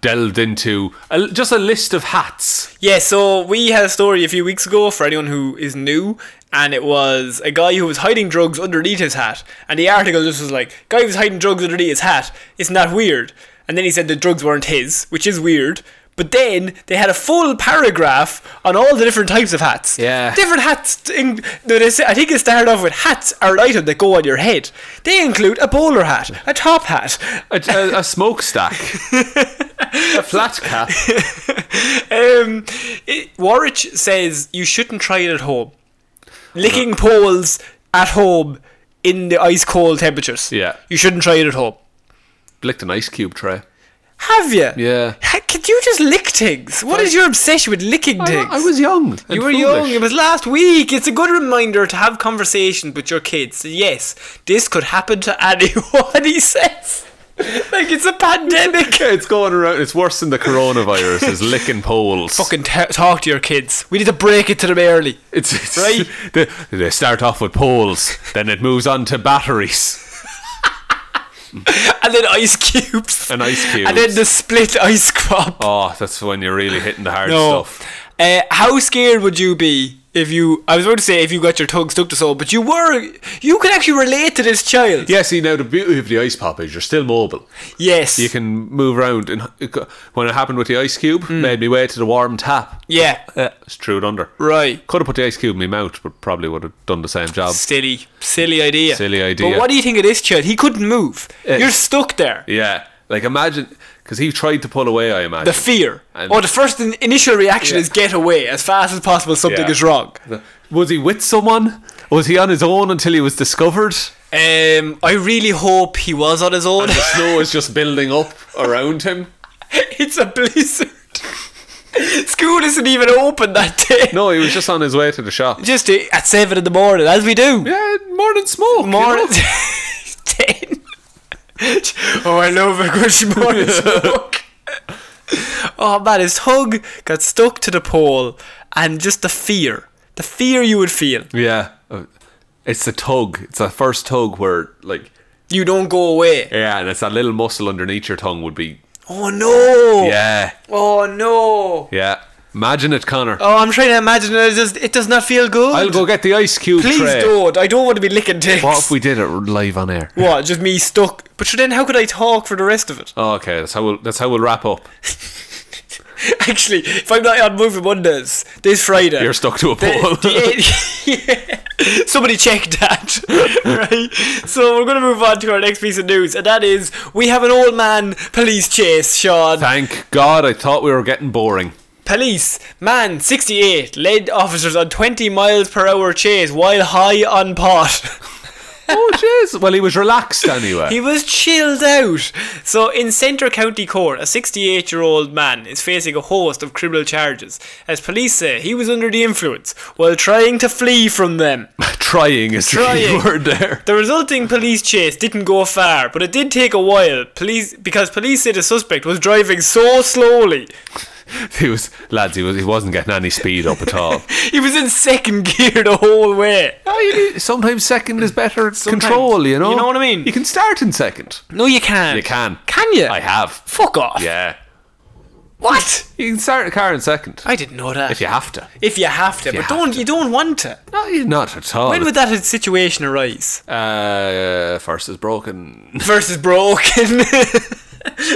Speaker 2: delved into a, just a list of hats.
Speaker 1: Yeah, so we had a story a few weeks ago for anyone who is new, and it was a guy who was hiding drugs underneath his hat. And the article just was like, guy was hiding drugs underneath his hat, isn't that weird? And then he said the drugs weren't his, which is weird. But then they had a full paragraph on all the different types of hats.
Speaker 2: Yeah.
Speaker 1: Different hats. In, no, they say- I think it started off with hats are an item that go on your head. They include a bowler hat, a top hat,
Speaker 2: A, a, a smokestack, a flat cap.
Speaker 1: Um, it, Warwich says you shouldn't try it at home. Licking poles at home in the ice cold temperatures.
Speaker 2: Yeah.
Speaker 1: You shouldn't try it at home.
Speaker 2: Licked an ice cube tray.
Speaker 1: Have you?
Speaker 2: Yeah.
Speaker 1: Ha- Could you just lick things? What is your obsession with licking
Speaker 2: I,
Speaker 1: things?
Speaker 2: I was young. and
Speaker 1: you were
Speaker 2: foolish.
Speaker 1: young. It was last week. It's a good reminder to have conversations with your kids. Yes, this could happen to anyone. He says, like it's a pandemic.
Speaker 2: Yeah, it's going around. It's worse than the coronavirus. It's licking poles.
Speaker 1: Fucking t- talk to your kids. We need to break it to them early.
Speaker 2: It's, it's
Speaker 1: Right.
Speaker 2: They, they start off with poles, then it moves on to batteries.
Speaker 1: and then ice cubes,
Speaker 2: And ice
Speaker 1: and then
Speaker 2: cubes.
Speaker 1: the split ice crop.
Speaker 2: Oh, that's when you're really hitting the hard stuff.
Speaker 1: Uh, how scared would you be if you? I was about to say if you got your tongue stuck to someone, but you were. You could actually relate to this child.
Speaker 2: Yeah, see now the beauty of the ice pop is you're still mobile.
Speaker 1: Yes.
Speaker 2: You can move around, and it go- when it happened with the ice cube, made me way to the warm tap.
Speaker 1: yeah.
Speaker 2: Yeah, it's threw it under.
Speaker 1: Right.
Speaker 2: Could have put the ice cube in my mouth, but probably would have done the same job.
Speaker 1: Silly, silly idea.
Speaker 2: Silly idea.
Speaker 1: But what do you think of this child? He couldn't move.
Speaker 2: Eh.
Speaker 1: You're stuck there.
Speaker 2: Yeah, like imagine because he tried to pull away. I imagine
Speaker 1: The fear.
Speaker 2: And-
Speaker 1: Or the first in- initial reaction
Speaker 2: Yeah.
Speaker 1: is get away as fast as possible. Something
Speaker 2: Yeah.
Speaker 1: is wrong.
Speaker 2: Was he with someone? Was he on his own until he was discovered?
Speaker 1: Um, I really hope he was on his own.
Speaker 2: The snow is just building up around him.
Speaker 1: It's a blizzard. School isn't even open that day.
Speaker 2: No, he was just on his way to the shop.
Speaker 1: Just uh, at seven in the morning, as we do.
Speaker 2: Yeah, morning smoke. you
Speaker 1: Morning
Speaker 2: know.
Speaker 1: ten. oh, I love a good morning smoke. oh man, his hug got stuck to the pole, and just the fear, the fear you would feel.
Speaker 2: Yeah, Uh, it's the tug. It's the first tug where like
Speaker 1: You don't go away.
Speaker 2: yeah, and it's that little muscle underneath your tongue would be
Speaker 1: Oh no.
Speaker 2: yeah,
Speaker 1: Oh no.
Speaker 2: yeah. Imagine it, Connor.
Speaker 1: Oh, I'm trying to imagine it. It, just, it does not feel good.
Speaker 2: I'll go get the ice cube
Speaker 1: Please
Speaker 2: tray.
Speaker 1: don't. I don't want to be licking dicks.
Speaker 2: What if we did it live on air?
Speaker 1: What? Just me stuck. But sure, then how could I talk for the rest of it?
Speaker 2: Oh, okay, that's how we'll that's how we'll wrap up.
Speaker 1: Actually, if I'm not on Movie Mondays this Friday,
Speaker 2: You're stuck to a pole.
Speaker 1: Uh, the- the eight- somebody check that. right. So we're going to move on to our next piece of news, and that is we have an old man police chase. Sean,
Speaker 2: Thank God, I thought we were getting boring.
Speaker 1: police man 68 led officers on 20 miles per hour chase while high on pot.
Speaker 2: Oh jeez. Well, he was relaxed anyway.
Speaker 1: He was chilled out. So, in Centre County Court, a 68 year old man is facing a host of criminal charges. As police say, he was under the influence while trying to flee from them.
Speaker 2: trying is the
Speaker 1: Trying.
Speaker 2: key word there.
Speaker 1: The resulting police chase didn't go far, but it did take a while police, because police say the suspect was driving so slowly.
Speaker 2: He was lads. He was. He wasn't getting any speed up at all.
Speaker 1: He was in second gear the whole way.
Speaker 2: No, you need- sometimes second is better control. You know.
Speaker 1: You know what I mean?
Speaker 2: You can start in second.
Speaker 1: No, you can't.
Speaker 2: You can.
Speaker 1: Can you?
Speaker 2: I have.
Speaker 1: Fuck off.
Speaker 2: Yeah.
Speaker 1: What?
Speaker 2: You can start a car in second
Speaker 1: I didn't know that.
Speaker 2: if you have to.
Speaker 1: If you have to,
Speaker 2: you
Speaker 1: but
Speaker 2: have
Speaker 1: don't you don't want to.
Speaker 2: No, you're not at all.
Speaker 1: When would that situation arise?
Speaker 2: uh, first is broken.
Speaker 1: versus broken.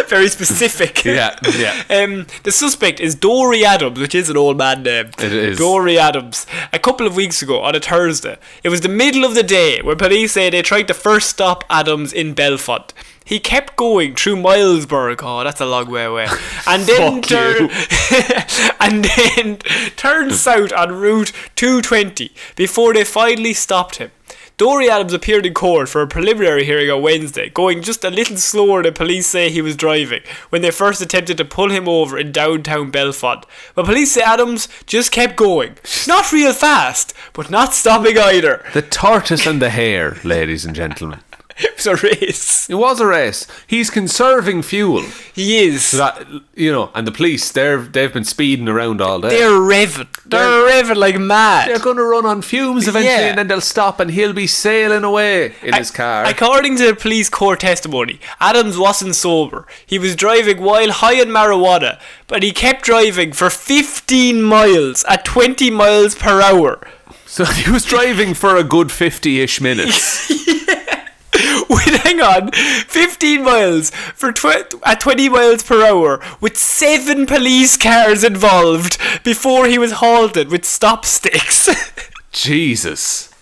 Speaker 1: Very specific.
Speaker 2: Yeah, yeah.
Speaker 1: Um, the suspect is Dory Adams, which is an old man name.
Speaker 2: It is.
Speaker 1: Dory Adams. A couple of weeks ago, on a Thursday, it was the middle of the day when police say they tried to first stop Adams in Belfont. He kept going through Milesburg. Oh, that's a long way away. And then
Speaker 2: Fuck you.
Speaker 1: turned and then turned south on Route 220 before they finally stopped him. Dory Adams appeared in court for a preliminary hearing on Wednesday, going just a little slower than police say he was driving when they first attempted to pull him over in downtown Belfont. But police say Adams just kept going. Not real fast, but not stopping either.
Speaker 2: The tortoise and the hare, ladies and gentlemen.
Speaker 1: it was a race.
Speaker 2: It was a race. He's conserving fuel.
Speaker 1: He is.
Speaker 2: That you know, and the police they're they've been speeding around all day.
Speaker 1: they're revving. They're, revving like mad.
Speaker 2: They're going to run on fumes eventually,
Speaker 1: Yeah.
Speaker 2: and then they'll stop, and he'll be sailing away in his car.
Speaker 1: According to the police court testimony, Adams wasn't sober. He was driving while high on marijuana, but he kept driving for 15 miles at 20 miles per hour
Speaker 2: so he was driving for a good fifty-ish minutes.
Speaker 1: with hang on 15 miles for tw- at 20 miles per hour with seven police cars involved before he was halted with stop sticks
Speaker 2: Jesus,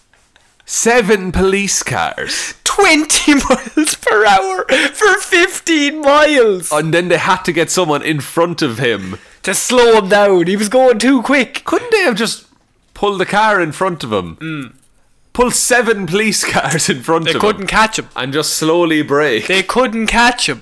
Speaker 2: seven police cars,
Speaker 1: 20 miles per hour for 15 miles
Speaker 2: and then they had to get someone in front of him.
Speaker 1: to slow him down he was going too quick
Speaker 2: Couldn't they have just pulled the car in front of him? Pull seven police cars in front
Speaker 1: Hmm. they
Speaker 2: of
Speaker 1: couldn't
Speaker 2: him
Speaker 1: catch him
Speaker 2: and just slowly brake.
Speaker 1: they couldn't catch him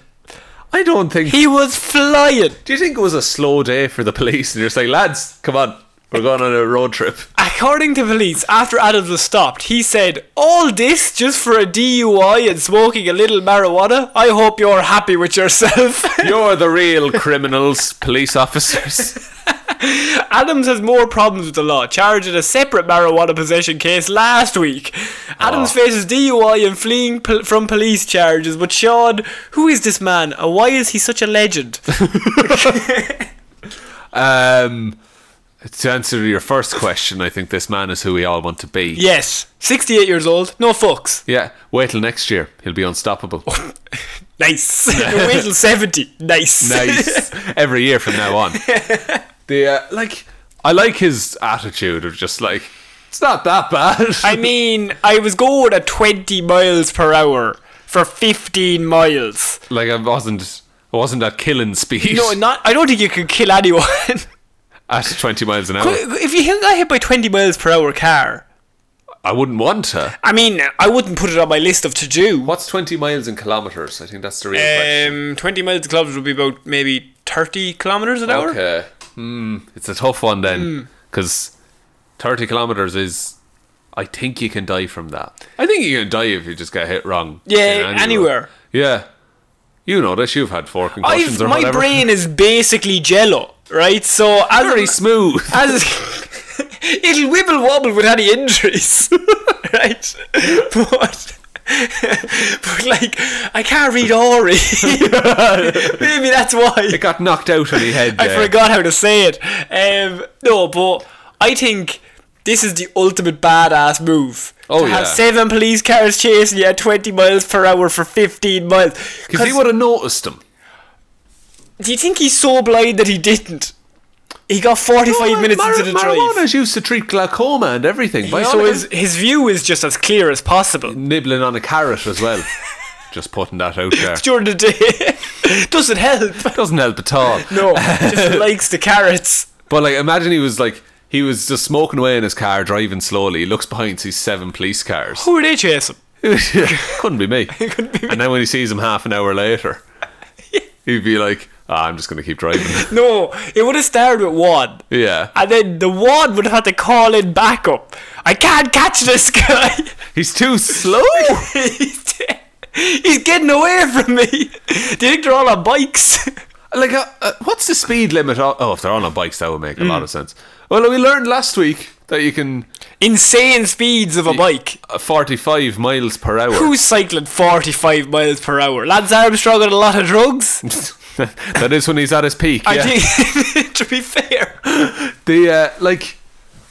Speaker 2: I don't think.
Speaker 1: he was flying
Speaker 2: Do you think it was a slow day for the police? And you're just like, lads, come on, we're going on a road trip.
Speaker 1: According to police, after Adams was stopped, he said, All this just for a DUI and smoking a little marijuana? I hope you're happy with yourself.
Speaker 2: You're the real criminals, police officers.
Speaker 1: Adams has more problems with the law, charged in a separate marijuana possession case last week. Adams
Speaker 2: Oh.
Speaker 1: faces DUI and fleeing pol- from police charges, but Sean, who is this man and why is he such a legend?
Speaker 2: Um, to answer your first question, I think this man is who we all want to be.
Speaker 1: yes, 68 years old, no fucks.
Speaker 2: Yeah, wait till next year. He'll be unstoppable.
Speaker 1: Nice. Wait till 70. Nice.
Speaker 2: nice. Every year from now on. The uh, like, I like his attitude of just like, it's not that bad.
Speaker 1: I mean, I was going at 20 miles per hour for 15 miles.
Speaker 2: like I wasn't, I wasn't at killing speed
Speaker 1: No, not. I don't think you could kill anyone.
Speaker 2: at twenty miles an hour.
Speaker 1: if you hit- got hit by 20 miles per hour car,
Speaker 2: I wouldn't want to.
Speaker 1: I mean, I wouldn't put it on my list of to do.
Speaker 2: What's twenty miles in kilometers? I think that's the real question.
Speaker 1: Um, 20 miles to clubs would be about maybe 30 kilometers an hour. Hmm.
Speaker 2: Okay. Hmm. it's a tough one then, because thirty kilometers is. I think you can die from that. I think you can die if you just get hit wrong.
Speaker 1: Yeah,
Speaker 2: in any
Speaker 1: anywhere.
Speaker 2: way. Yeah. You know this. You've had four concussions
Speaker 1: I've,
Speaker 2: or
Speaker 1: my
Speaker 2: whatever.
Speaker 1: brain is basically jello, right? So as
Speaker 2: very smooth.
Speaker 1: as it'll wibble wobble without any injuries, right? But but like I can't read Ori. Maybe that's why
Speaker 2: It got knocked out on the head.
Speaker 1: I
Speaker 2: there.
Speaker 1: forgot how to say it. Um, no, but I think this is the ultimate badass move.
Speaker 2: Oh,
Speaker 1: to have
Speaker 2: yeah.
Speaker 1: seven police cars chasing you at 20 miles per hour for 15 miles.
Speaker 2: Because he would have noticed him.
Speaker 1: do you think he's so blind that he didn't? He got 45 minutes
Speaker 2: Mar-
Speaker 1: into the drive.
Speaker 2: Marijuana's used to treat glaucoma and everything. By
Speaker 1: so
Speaker 2: all
Speaker 1: his, his view is just as clear as possible
Speaker 2: nibbling on a carrot as well. Just putting that out there.
Speaker 1: during the day. Doesn't help.
Speaker 2: Doesn't help at all.
Speaker 1: No, just likes the carrots.
Speaker 2: But like, imagine he was like he was just smoking away in his car, driving slowly. He looks behind, sees seven police cars.
Speaker 1: Who are they chasing?
Speaker 2: Couldn't be me. And then when he sees him half an hour later, he'd be like, Ah, "I'm just gonna keep driving."
Speaker 1: No, it would have started with one.
Speaker 2: yeah,
Speaker 1: And then the ward would have had to call in backup. I can't catch this guy.
Speaker 2: he's too slow.
Speaker 1: he's, he's getting away from me. Do you think they're all on bikes?
Speaker 2: Like, uh, uh, what's the speed limit? On- oh, if they're on a bike, that would make a
Speaker 1: Mm.
Speaker 2: lot of sense. Well, we learned last week that you can
Speaker 1: Insane speeds of a bike.
Speaker 2: uh, 45 miles per hour.
Speaker 1: Who's cycling 45 miles per hour? Lance Armstrong on a lot of drugs?
Speaker 2: that is when he's at his peak.
Speaker 1: I
Speaker 2: yeah.
Speaker 1: think, to be fair.
Speaker 2: the uh, like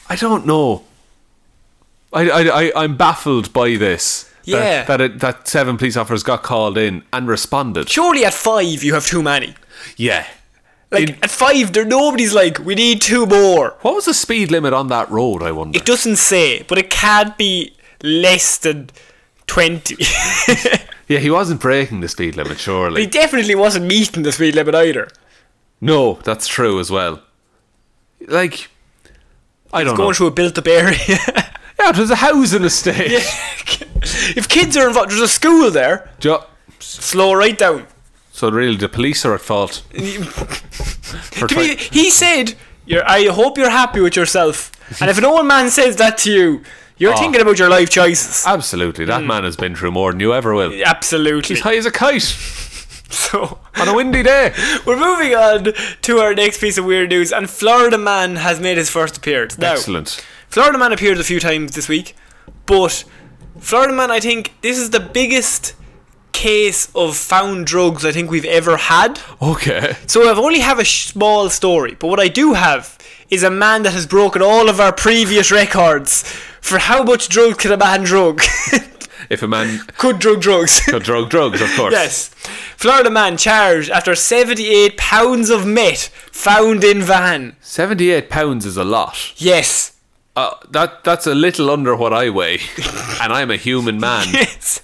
Speaker 2: I don't know. I I I I'm baffled by this. That-
Speaker 1: Yeah.
Speaker 2: That it, that seven police officers got called in and responded.
Speaker 1: Surely at five you have too many.
Speaker 2: Yeah.
Speaker 1: Like at five, there nobody's like, we need two more.
Speaker 2: What was the speed limit on that road? I wonder.
Speaker 1: It doesn't say, but it can't be less than 20.
Speaker 2: yeah, he wasn't breaking the speed limit, surely.
Speaker 1: He definitely wasn't meeting the speed limit either.
Speaker 2: no, that's true as well. Like, I don't know.
Speaker 1: Going through a built-up area.
Speaker 2: yeah, it was a housing estate.
Speaker 1: if kids are involved, there's a school there.
Speaker 2: Jo-
Speaker 1: Slow right down.
Speaker 2: so really, the police are at fault. For
Speaker 1: To be,
Speaker 2: trying-
Speaker 1: he said, you're, "I hope you're happy with yourself." And if an old man says that to you, You're thinking about your life choices.
Speaker 2: Absolutely,
Speaker 1: Mm.
Speaker 2: that man has been through more than you ever will.
Speaker 1: Absolutely.
Speaker 2: He's high as a kite
Speaker 1: So
Speaker 2: on a windy day.
Speaker 1: we're moving on to our next piece of weird news, and Florida Man has made his first appearance. Now,
Speaker 2: Excellent.
Speaker 1: Florida Man appeared a few times this week, but Florida Man, I think this is the biggest case of found drugs I think we've ever had.
Speaker 2: Okay.
Speaker 1: So I've only have a sh- small story, but what I do have is a man that has broken all of our previous records for how much drugs can a man drug?
Speaker 2: If a man
Speaker 1: Could drug drugs?
Speaker 2: could drug drugs, of course.
Speaker 1: yes. Florida man charged after 78 pounds of meth found in van.
Speaker 2: Seventy-eight pounds is a lot.
Speaker 1: Yes.
Speaker 2: Uh, that that's a little under what I weigh, and I'm a human man.
Speaker 1: Yes.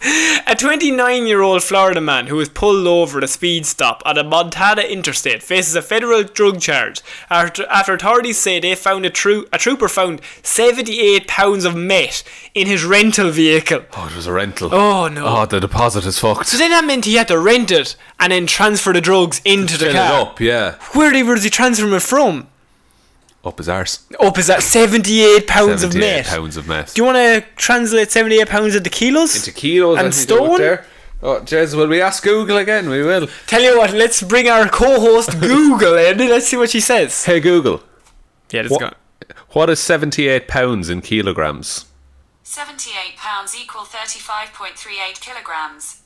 Speaker 1: A 29 year old Florida man who was pulled over at a speed stop on a Montana interstate faces a federal drug charge after, after authorities say they found a, troo- a trooper found 78 pounds of meth in his rental vehicle.
Speaker 2: Oh, it was a rental.
Speaker 1: Oh, no.
Speaker 2: Oh, the deposit is fucked.
Speaker 1: So then that meant he had to rent it and then transfer the drugs into the
Speaker 2: Fill it
Speaker 1: car.
Speaker 2: up, yeah.
Speaker 1: Where they- where was he transferring it from?
Speaker 2: Up his arse.
Speaker 1: Up is that 78 pounds of
Speaker 2: 78
Speaker 1: meth.
Speaker 2: pounds of meth.
Speaker 1: Do you want to translate 78 pounds into kilos?
Speaker 2: to kilos
Speaker 1: And
Speaker 2: I think it would
Speaker 1: stone?
Speaker 2: there. Oh, Jez, will we ask Google again? We will.
Speaker 1: Tell you what, let's bring our co-host Google in. Let's see what she says.
Speaker 2: Hey Google,
Speaker 1: Yeah, it's
Speaker 2: what, what is seventy-eight pounds in kilograms?
Speaker 3: 78 pounds equal 35.38 kilograms.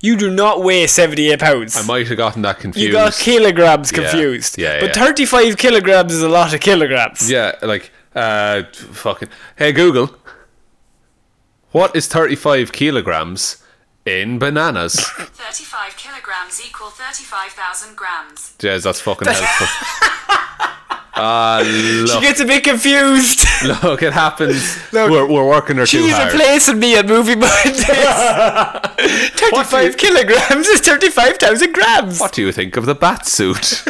Speaker 1: You do not weigh 78 pounds.
Speaker 2: I might have gotten that confused.
Speaker 1: you got kilograms confused.
Speaker 2: Yeah,
Speaker 1: but
Speaker 2: yeah.
Speaker 1: 35 kilograms is a lot of kilograms.
Speaker 2: yeah, like uh, fucking. Hey Google, what is thirty-five kilograms in bananas?
Speaker 3: 35 kilograms equal 35,000 grams.
Speaker 2: Jez, that's fucking helpful. Ah,
Speaker 1: She
Speaker 2: look,
Speaker 1: gets a bit confused.
Speaker 2: look, it happens.
Speaker 1: Look,
Speaker 2: we're, we're working her too
Speaker 1: She's
Speaker 2: hard.
Speaker 1: replacing me on Movie Mondays. 35 kilograms is 35,000 grams.
Speaker 2: What do you think of the bat suit?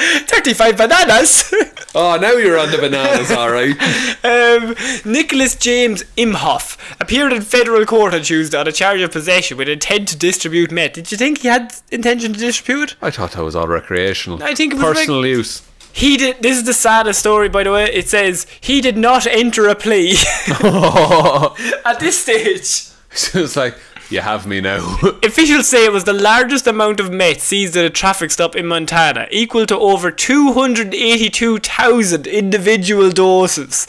Speaker 1: 35 bananas.
Speaker 2: oh, now you're on the bananas, all right.
Speaker 1: Um, Nicholas James Imhoff appeared in federal court on Tuesday on a charge of possession with intent to distribute meth. Did you think he had intention to distribute?
Speaker 2: I thought that was all recreational.
Speaker 1: I think it was
Speaker 2: personal use.
Speaker 1: He did. This is the saddest story, by the way. It says he did not enter a plea at this stage.
Speaker 2: so it's like you have me now.
Speaker 1: Officials say it was the largest amount of meth seized at a traffic stop in Montana, equal to over 282,000 individual doses.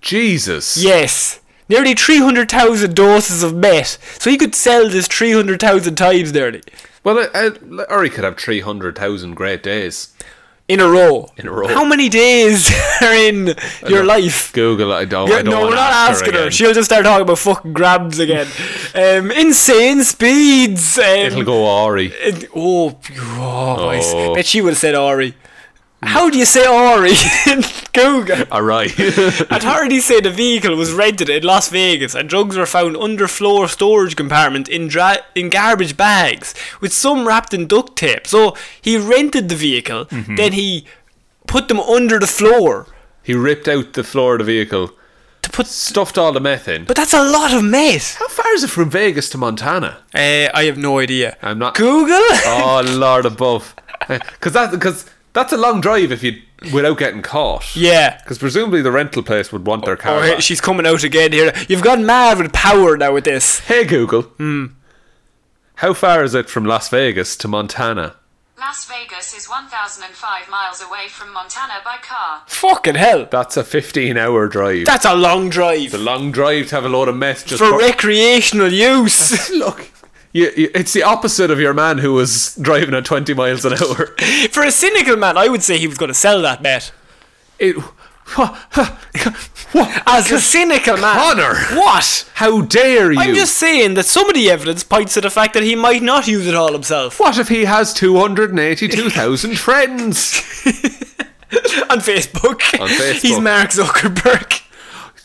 Speaker 2: Jesus.
Speaker 1: Yes. Nearly 300,000 doses of meth. So he could sell this 300,000 times nearly.
Speaker 2: Well, I, I, or he could have three hundred thousand great days.
Speaker 1: In a row.
Speaker 2: In a row.
Speaker 1: How many days are in your life?
Speaker 2: Google. I don't. I
Speaker 1: Yeah,
Speaker 2: don't
Speaker 1: no, we're
Speaker 2: wanna
Speaker 1: not
Speaker 2: ask
Speaker 1: asking her.
Speaker 2: again.
Speaker 1: She'll just start talking about fucking grabs again. um, insane speeds. Um,
Speaker 2: It'll go Ari.
Speaker 1: it- oh, oh, boys.
Speaker 2: Oh.
Speaker 1: Bet she would have said Ori. How do you say Ori in Google?
Speaker 2: All right.
Speaker 1: Authorities say the vehicle was rented in Las Vegas and drugs were found under floor storage compartment in dra- in garbage bags with some wrapped in duct tape. So he rented the vehicle, then he put them under the floor.
Speaker 2: he ripped out the floor of the vehicle,
Speaker 1: To put
Speaker 2: stuffed all the meth in.
Speaker 1: but that's a lot of meth.
Speaker 2: How far is it from Vegas to Montana?
Speaker 1: Uh, I have no idea.
Speaker 2: I'm not-
Speaker 1: Google.
Speaker 2: Oh Lord above, because that because that's a long drive if you without getting caught.
Speaker 1: Yeah.
Speaker 2: Because presumably the rental place would want their car.
Speaker 1: Oh, hey,
Speaker 2: back.
Speaker 1: she's coming out again here. You've gone mad with power now with this.
Speaker 2: Hey Google. How far is it from Las Vegas to Montana?
Speaker 3: Las Vegas is 1,005 miles away from Montana by car.
Speaker 1: Fucking hell.
Speaker 2: That's a 15 hour drive.
Speaker 1: That's a long drive
Speaker 2: a long drive to have a load of meth just
Speaker 1: for
Speaker 2: put-
Speaker 1: recreational use.
Speaker 2: Look. You, you, it's the opposite of your man who was driving at 20 miles an hour.
Speaker 1: For a cynical man, I would say he was going to sell that bet.
Speaker 2: It, wha- huh, wha-
Speaker 1: As a cynical man.
Speaker 2: Connor!
Speaker 1: What?
Speaker 2: How dare you?
Speaker 1: I'm just saying that some of the evidence points to the fact that he might not use it all himself.
Speaker 2: What if he has 282,000 friends?
Speaker 1: On Facebook.
Speaker 2: On Facebook.
Speaker 1: He's Mark Zuckerberg.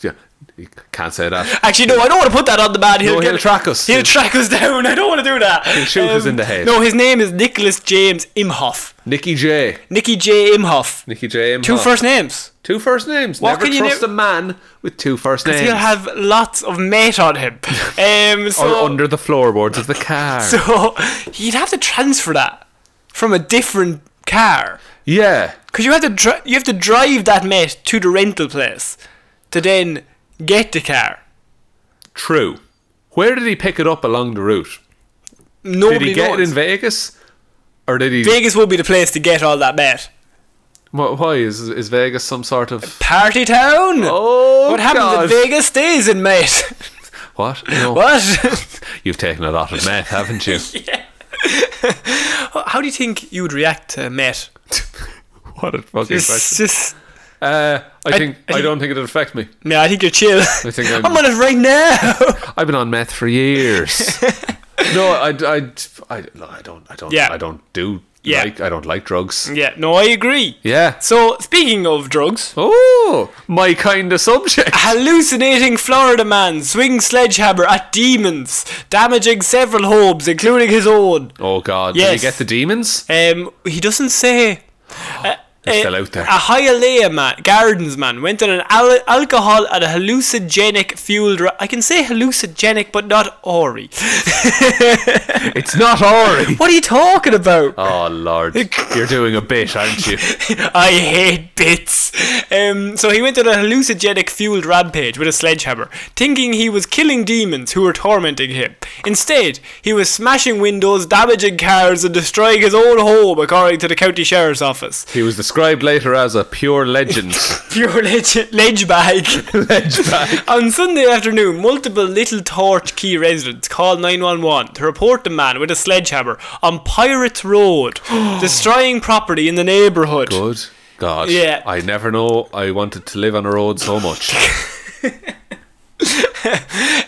Speaker 2: Yeah, you can't say that.
Speaker 1: Actually, no, I don't want to put that on the man. He'll,
Speaker 2: No,
Speaker 1: get-
Speaker 2: he'll track us.
Speaker 1: He'll track us down. I don't want to do that. He'll
Speaker 2: shoot us in the head.
Speaker 1: No, his name is Nicholas James Imhoff.
Speaker 2: Nicky J.
Speaker 1: Nicky J. Imhoff.
Speaker 2: Nicky J.
Speaker 1: Two
Speaker 2: Imhoff.
Speaker 1: first names.
Speaker 2: Two first names.
Speaker 1: What
Speaker 2: Never
Speaker 1: can you
Speaker 2: trust
Speaker 1: nev-
Speaker 2: a man with two first names.
Speaker 1: He'll have lots of mate on him. Um,
Speaker 2: or
Speaker 1: so,
Speaker 2: under the floorboards of the car.
Speaker 1: so he'd have to transfer that from a different car.
Speaker 2: yeah.
Speaker 1: Because you have to dri- you have to drive that mate to the rental place to then get the car.
Speaker 2: True. Where did he pick it up along the route?
Speaker 1: Nobody
Speaker 2: Did he get
Speaker 1: knows.
Speaker 2: it in Vegas, or did he?
Speaker 1: Vegas would be the place to get all that bet.
Speaker 2: Wha- why is is Vegas some sort of
Speaker 1: Party town.
Speaker 2: Oh,
Speaker 1: what happens
Speaker 2: God.
Speaker 1: in Vegas stays in mate.
Speaker 2: what? No.
Speaker 1: what?
Speaker 2: You've taken a lot of meth, haven't you?
Speaker 1: How do you think you would react to mate?
Speaker 2: What a fucking
Speaker 1: It's
Speaker 2: question.
Speaker 1: just.
Speaker 2: Uh, I think
Speaker 1: I
Speaker 2: I, don't think it'd affect me.
Speaker 1: Yeah, I think you're chill. I
Speaker 2: think I'm-
Speaker 1: on it right now.
Speaker 2: I've been on meth for years. no, I, I, I, no, I don't, I don't,
Speaker 1: Yeah.
Speaker 2: I don't do
Speaker 1: Yeah. Mm.
Speaker 2: like, I don't like drugs.
Speaker 1: yeah, no, I agree.
Speaker 2: Yeah.
Speaker 1: So, speaking of drugs,
Speaker 2: Oh, my kind of subject.
Speaker 1: hallucinating Florida man swings sledgehammer at demons, damaging several homes, including his own.
Speaker 2: Oh God, did
Speaker 1: Yes.
Speaker 2: you get the demons?
Speaker 1: Um, he doesn't say. Uh,
Speaker 2: They're
Speaker 1: uh,
Speaker 2: still out there.
Speaker 1: A Hialeah man, gardens man, went on an al- alcohol and a hallucinogenic fueled. Ri- I can say hallucinogenic, but not Ori.
Speaker 2: It's not Ori.
Speaker 1: What are you talking about?
Speaker 2: Oh Lord, you're doing a bit, aren't you?
Speaker 1: I hate bits. Um, so he went on a hallucinogenic fueled rampage with a sledgehammer, thinking he was killing demons who were tormenting him. Instead, he was smashing windows, damaging cars, and destroying his own home, according to the county sheriff's office.
Speaker 2: He was described later as a pure legend.
Speaker 1: Pure ledge, ledge bag.
Speaker 2: Ledge back.
Speaker 1: On Sunday afternoon, multiple Little Torch Key residents called 911 to report the man with a sledgehammer on Pirates Road, destroying property in the neighbourhood.
Speaker 2: Good God.
Speaker 1: Yeah.
Speaker 2: I never know. I wanted to live on a road so much.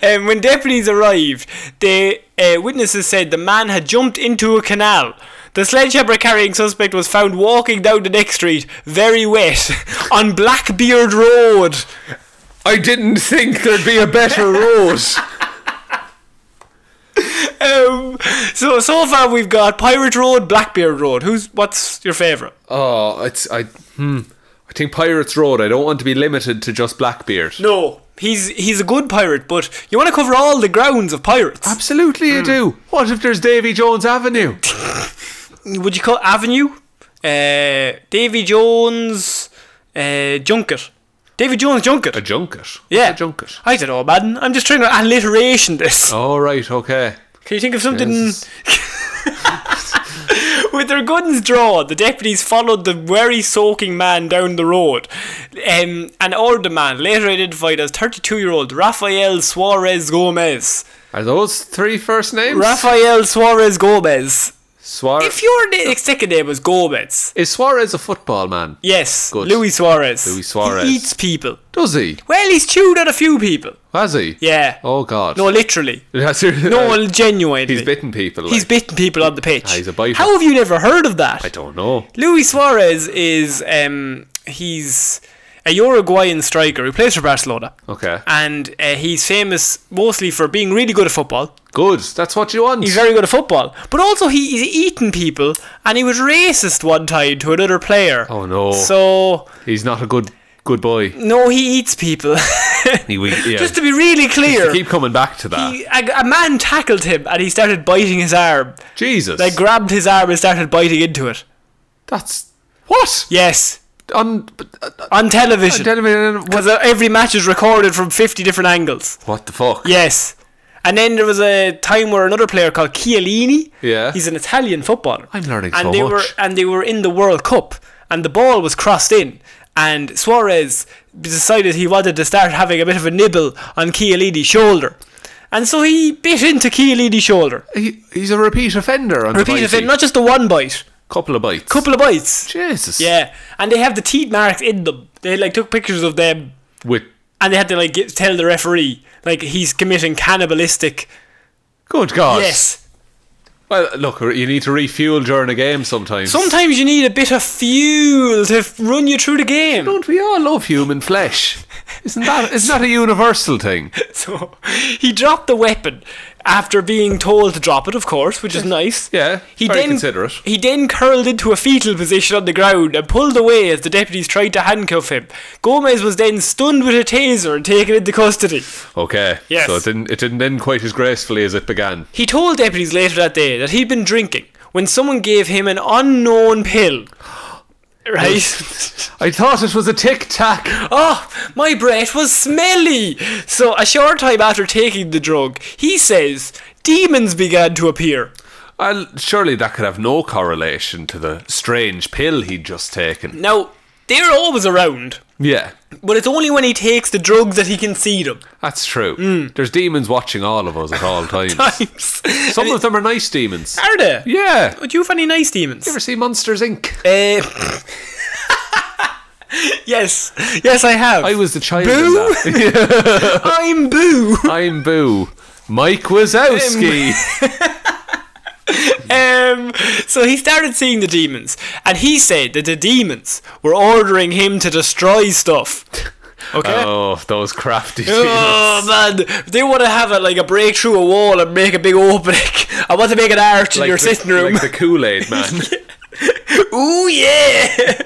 Speaker 1: Um, when deputies arrived, the uh, witnesses said the man had jumped into a canal. The sledgehammer carrying suspect was found walking down the next street, very wet, on Blackbeard Road.
Speaker 2: I didn't think there'd be a better road.
Speaker 1: Um, so so far we've got Pirate Road, Blackbeard Road. Who's what's your favourite?
Speaker 2: Oh, it's I. Hmm. I think Pirates Road. I don't want to be limited to just Blackbeard.
Speaker 1: No, he's he's a good pirate, but you want to cover all the grounds of pirates.
Speaker 2: Absolutely, you do. What if there's Davy Jones Avenue?
Speaker 1: Would you call Avenue? Uh, Davy Jones, uh, Junket. Davy Jones Junket.
Speaker 2: A junket.
Speaker 1: yeah,
Speaker 2: What's a junket.
Speaker 1: I don't know, man. I'm just trying to alliteration this.
Speaker 2: All right. Okay.
Speaker 1: Can you think of something?
Speaker 2: Yes.
Speaker 1: With their guns drawn, the deputies followed the wary soaking man down the road. Um, and ordered the man, later identified as 32 year old Rafael Suarez Gomez.
Speaker 2: Are those three first names?
Speaker 1: Rafael Suarez Gomez.
Speaker 2: Suarez.
Speaker 1: If your na- second name was Gomez,
Speaker 2: Is Suarez a football man?
Speaker 1: yes,
Speaker 2: Good.
Speaker 1: Luis Suarez.
Speaker 2: Luis Suarez.
Speaker 1: He eats people.
Speaker 2: Does he?
Speaker 1: Well, he's chewed on a few people.
Speaker 2: Has he?
Speaker 1: Yeah.
Speaker 2: Oh God.
Speaker 1: No, literally. No,
Speaker 2: no.
Speaker 1: genuinely.
Speaker 2: He's bitten people. Like.
Speaker 1: He's bitten people on the pitch.
Speaker 2: Ah, he's a biter.
Speaker 1: How have you never heard of that?
Speaker 2: I don't know.
Speaker 1: Luis Suarez is um, he's a Uruguayan striker who plays for Barcelona.
Speaker 2: Okay.
Speaker 1: And uh, he's famous mostly for being really good at football.
Speaker 2: Good. That's what you want.
Speaker 1: He's very good at football, but also he, he's eaten people, and he was racist one time to another player.
Speaker 2: Oh, no.
Speaker 1: So
Speaker 2: He's not a good good boy.
Speaker 1: no, he eats people.
Speaker 2: He, we, yeah.
Speaker 1: Just to be really
Speaker 2: I
Speaker 1: clear,
Speaker 2: keep coming back to that.
Speaker 1: he- a, a man tackled him, and he started biting his arm.
Speaker 2: Jesus.
Speaker 1: They grabbed his arm and started biting into it.
Speaker 2: That's what?
Speaker 1: Yes,
Speaker 2: On, but, uh, uh,
Speaker 1: on television.
Speaker 2: television. What,
Speaker 1: Because every match is recorded from 50 different angles.
Speaker 2: what the fuck?
Speaker 1: Yes. And then there was a time where another player called Chiellini.
Speaker 2: Yeah.
Speaker 1: He's an Italian footballer.
Speaker 2: I'm learning
Speaker 1: and
Speaker 2: so
Speaker 1: they
Speaker 2: much.
Speaker 1: Were, and they were in the World Cup, and the ball was crossed in, and Suarez decided he wanted to start having a bit of a nibble on Chiellini's shoulder. And so he bit into Chiellini's shoulder.
Speaker 2: He, he's a repeat offender. On
Speaker 1: Repeat
Speaker 2: the
Speaker 1: it, not just the one bite,
Speaker 2: couple of bites.
Speaker 1: couple of bites.
Speaker 2: Jesus.
Speaker 1: Yeah, and they have the teeth marks in them. They like took pictures of them
Speaker 2: With
Speaker 1: and they had to like get, tell the referee like he's committing cannibalistic.
Speaker 2: good God.
Speaker 1: Yes.
Speaker 2: Well, look, you need to refuel during a game sometimes.
Speaker 1: Sometimes you need a bit of fuel to f- run you through the game.
Speaker 2: Don't we all love human flesh? Isn't that isn't that a universal thing?
Speaker 1: So he dropped the weapon after being told to drop it, of course, which is nice.
Speaker 2: Yeah,
Speaker 1: He
Speaker 2: very
Speaker 1: then
Speaker 2: considerate.
Speaker 1: he then curled into a fetal position on the ground and pulled away as the deputies tried to handcuff him. Gomez was then stunned with a taser and taken into custody.
Speaker 2: Okay.
Speaker 1: Yes.
Speaker 2: So it didn't it didn't end quite as gracefully as it began.
Speaker 1: He told deputies later that day that he'd been drinking when someone gave him an unknown pill. right?
Speaker 2: I thought it was a tic tac.
Speaker 1: Oh, my breath was smelly! So, a short time after taking the drug, he says demons began to appear.
Speaker 2: Well, surely that could have no correlation to the strange pill he'd just taken.
Speaker 1: Now, they're always around,
Speaker 2: Yeah,
Speaker 1: but it's only when he takes the drugs that he can see them.
Speaker 2: that's true.
Speaker 1: Hmm.
Speaker 2: There's demons watching all of us at all times.
Speaker 1: Times.
Speaker 2: Some of them are nice demons.
Speaker 1: Are they?
Speaker 2: Yeah. You
Speaker 1: But you have any nice demons?
Speaker 2: ever see Monsters Inc?
Speaker 1: Uh, yes, yes, I have.
Speaker 2: I was the child.
Speaker 1: Boo?
Speaker 2: In that.
Speaker 1: I'm Boo.
Speaker 2: I'm Boo. Mike Wazowski.
Speaker 1: Um, so he started seeing the demons, and he said that the demons were ordering him to destroy stuff. Okay.
Speaker 2: oh, those crafty
Speaker 1: Oh
Speaker 2: demons.
Speaker 1: man, they want to have a, like a break through a wall and make a big opening. I want to make an arch in
Speaker 2: Like
Speaker 1: your
Speaker 2: the-
Speaker 1: sitting room.
Speaker 2: Like the Kool Aid man.
Speaker 1: Ooh yeah.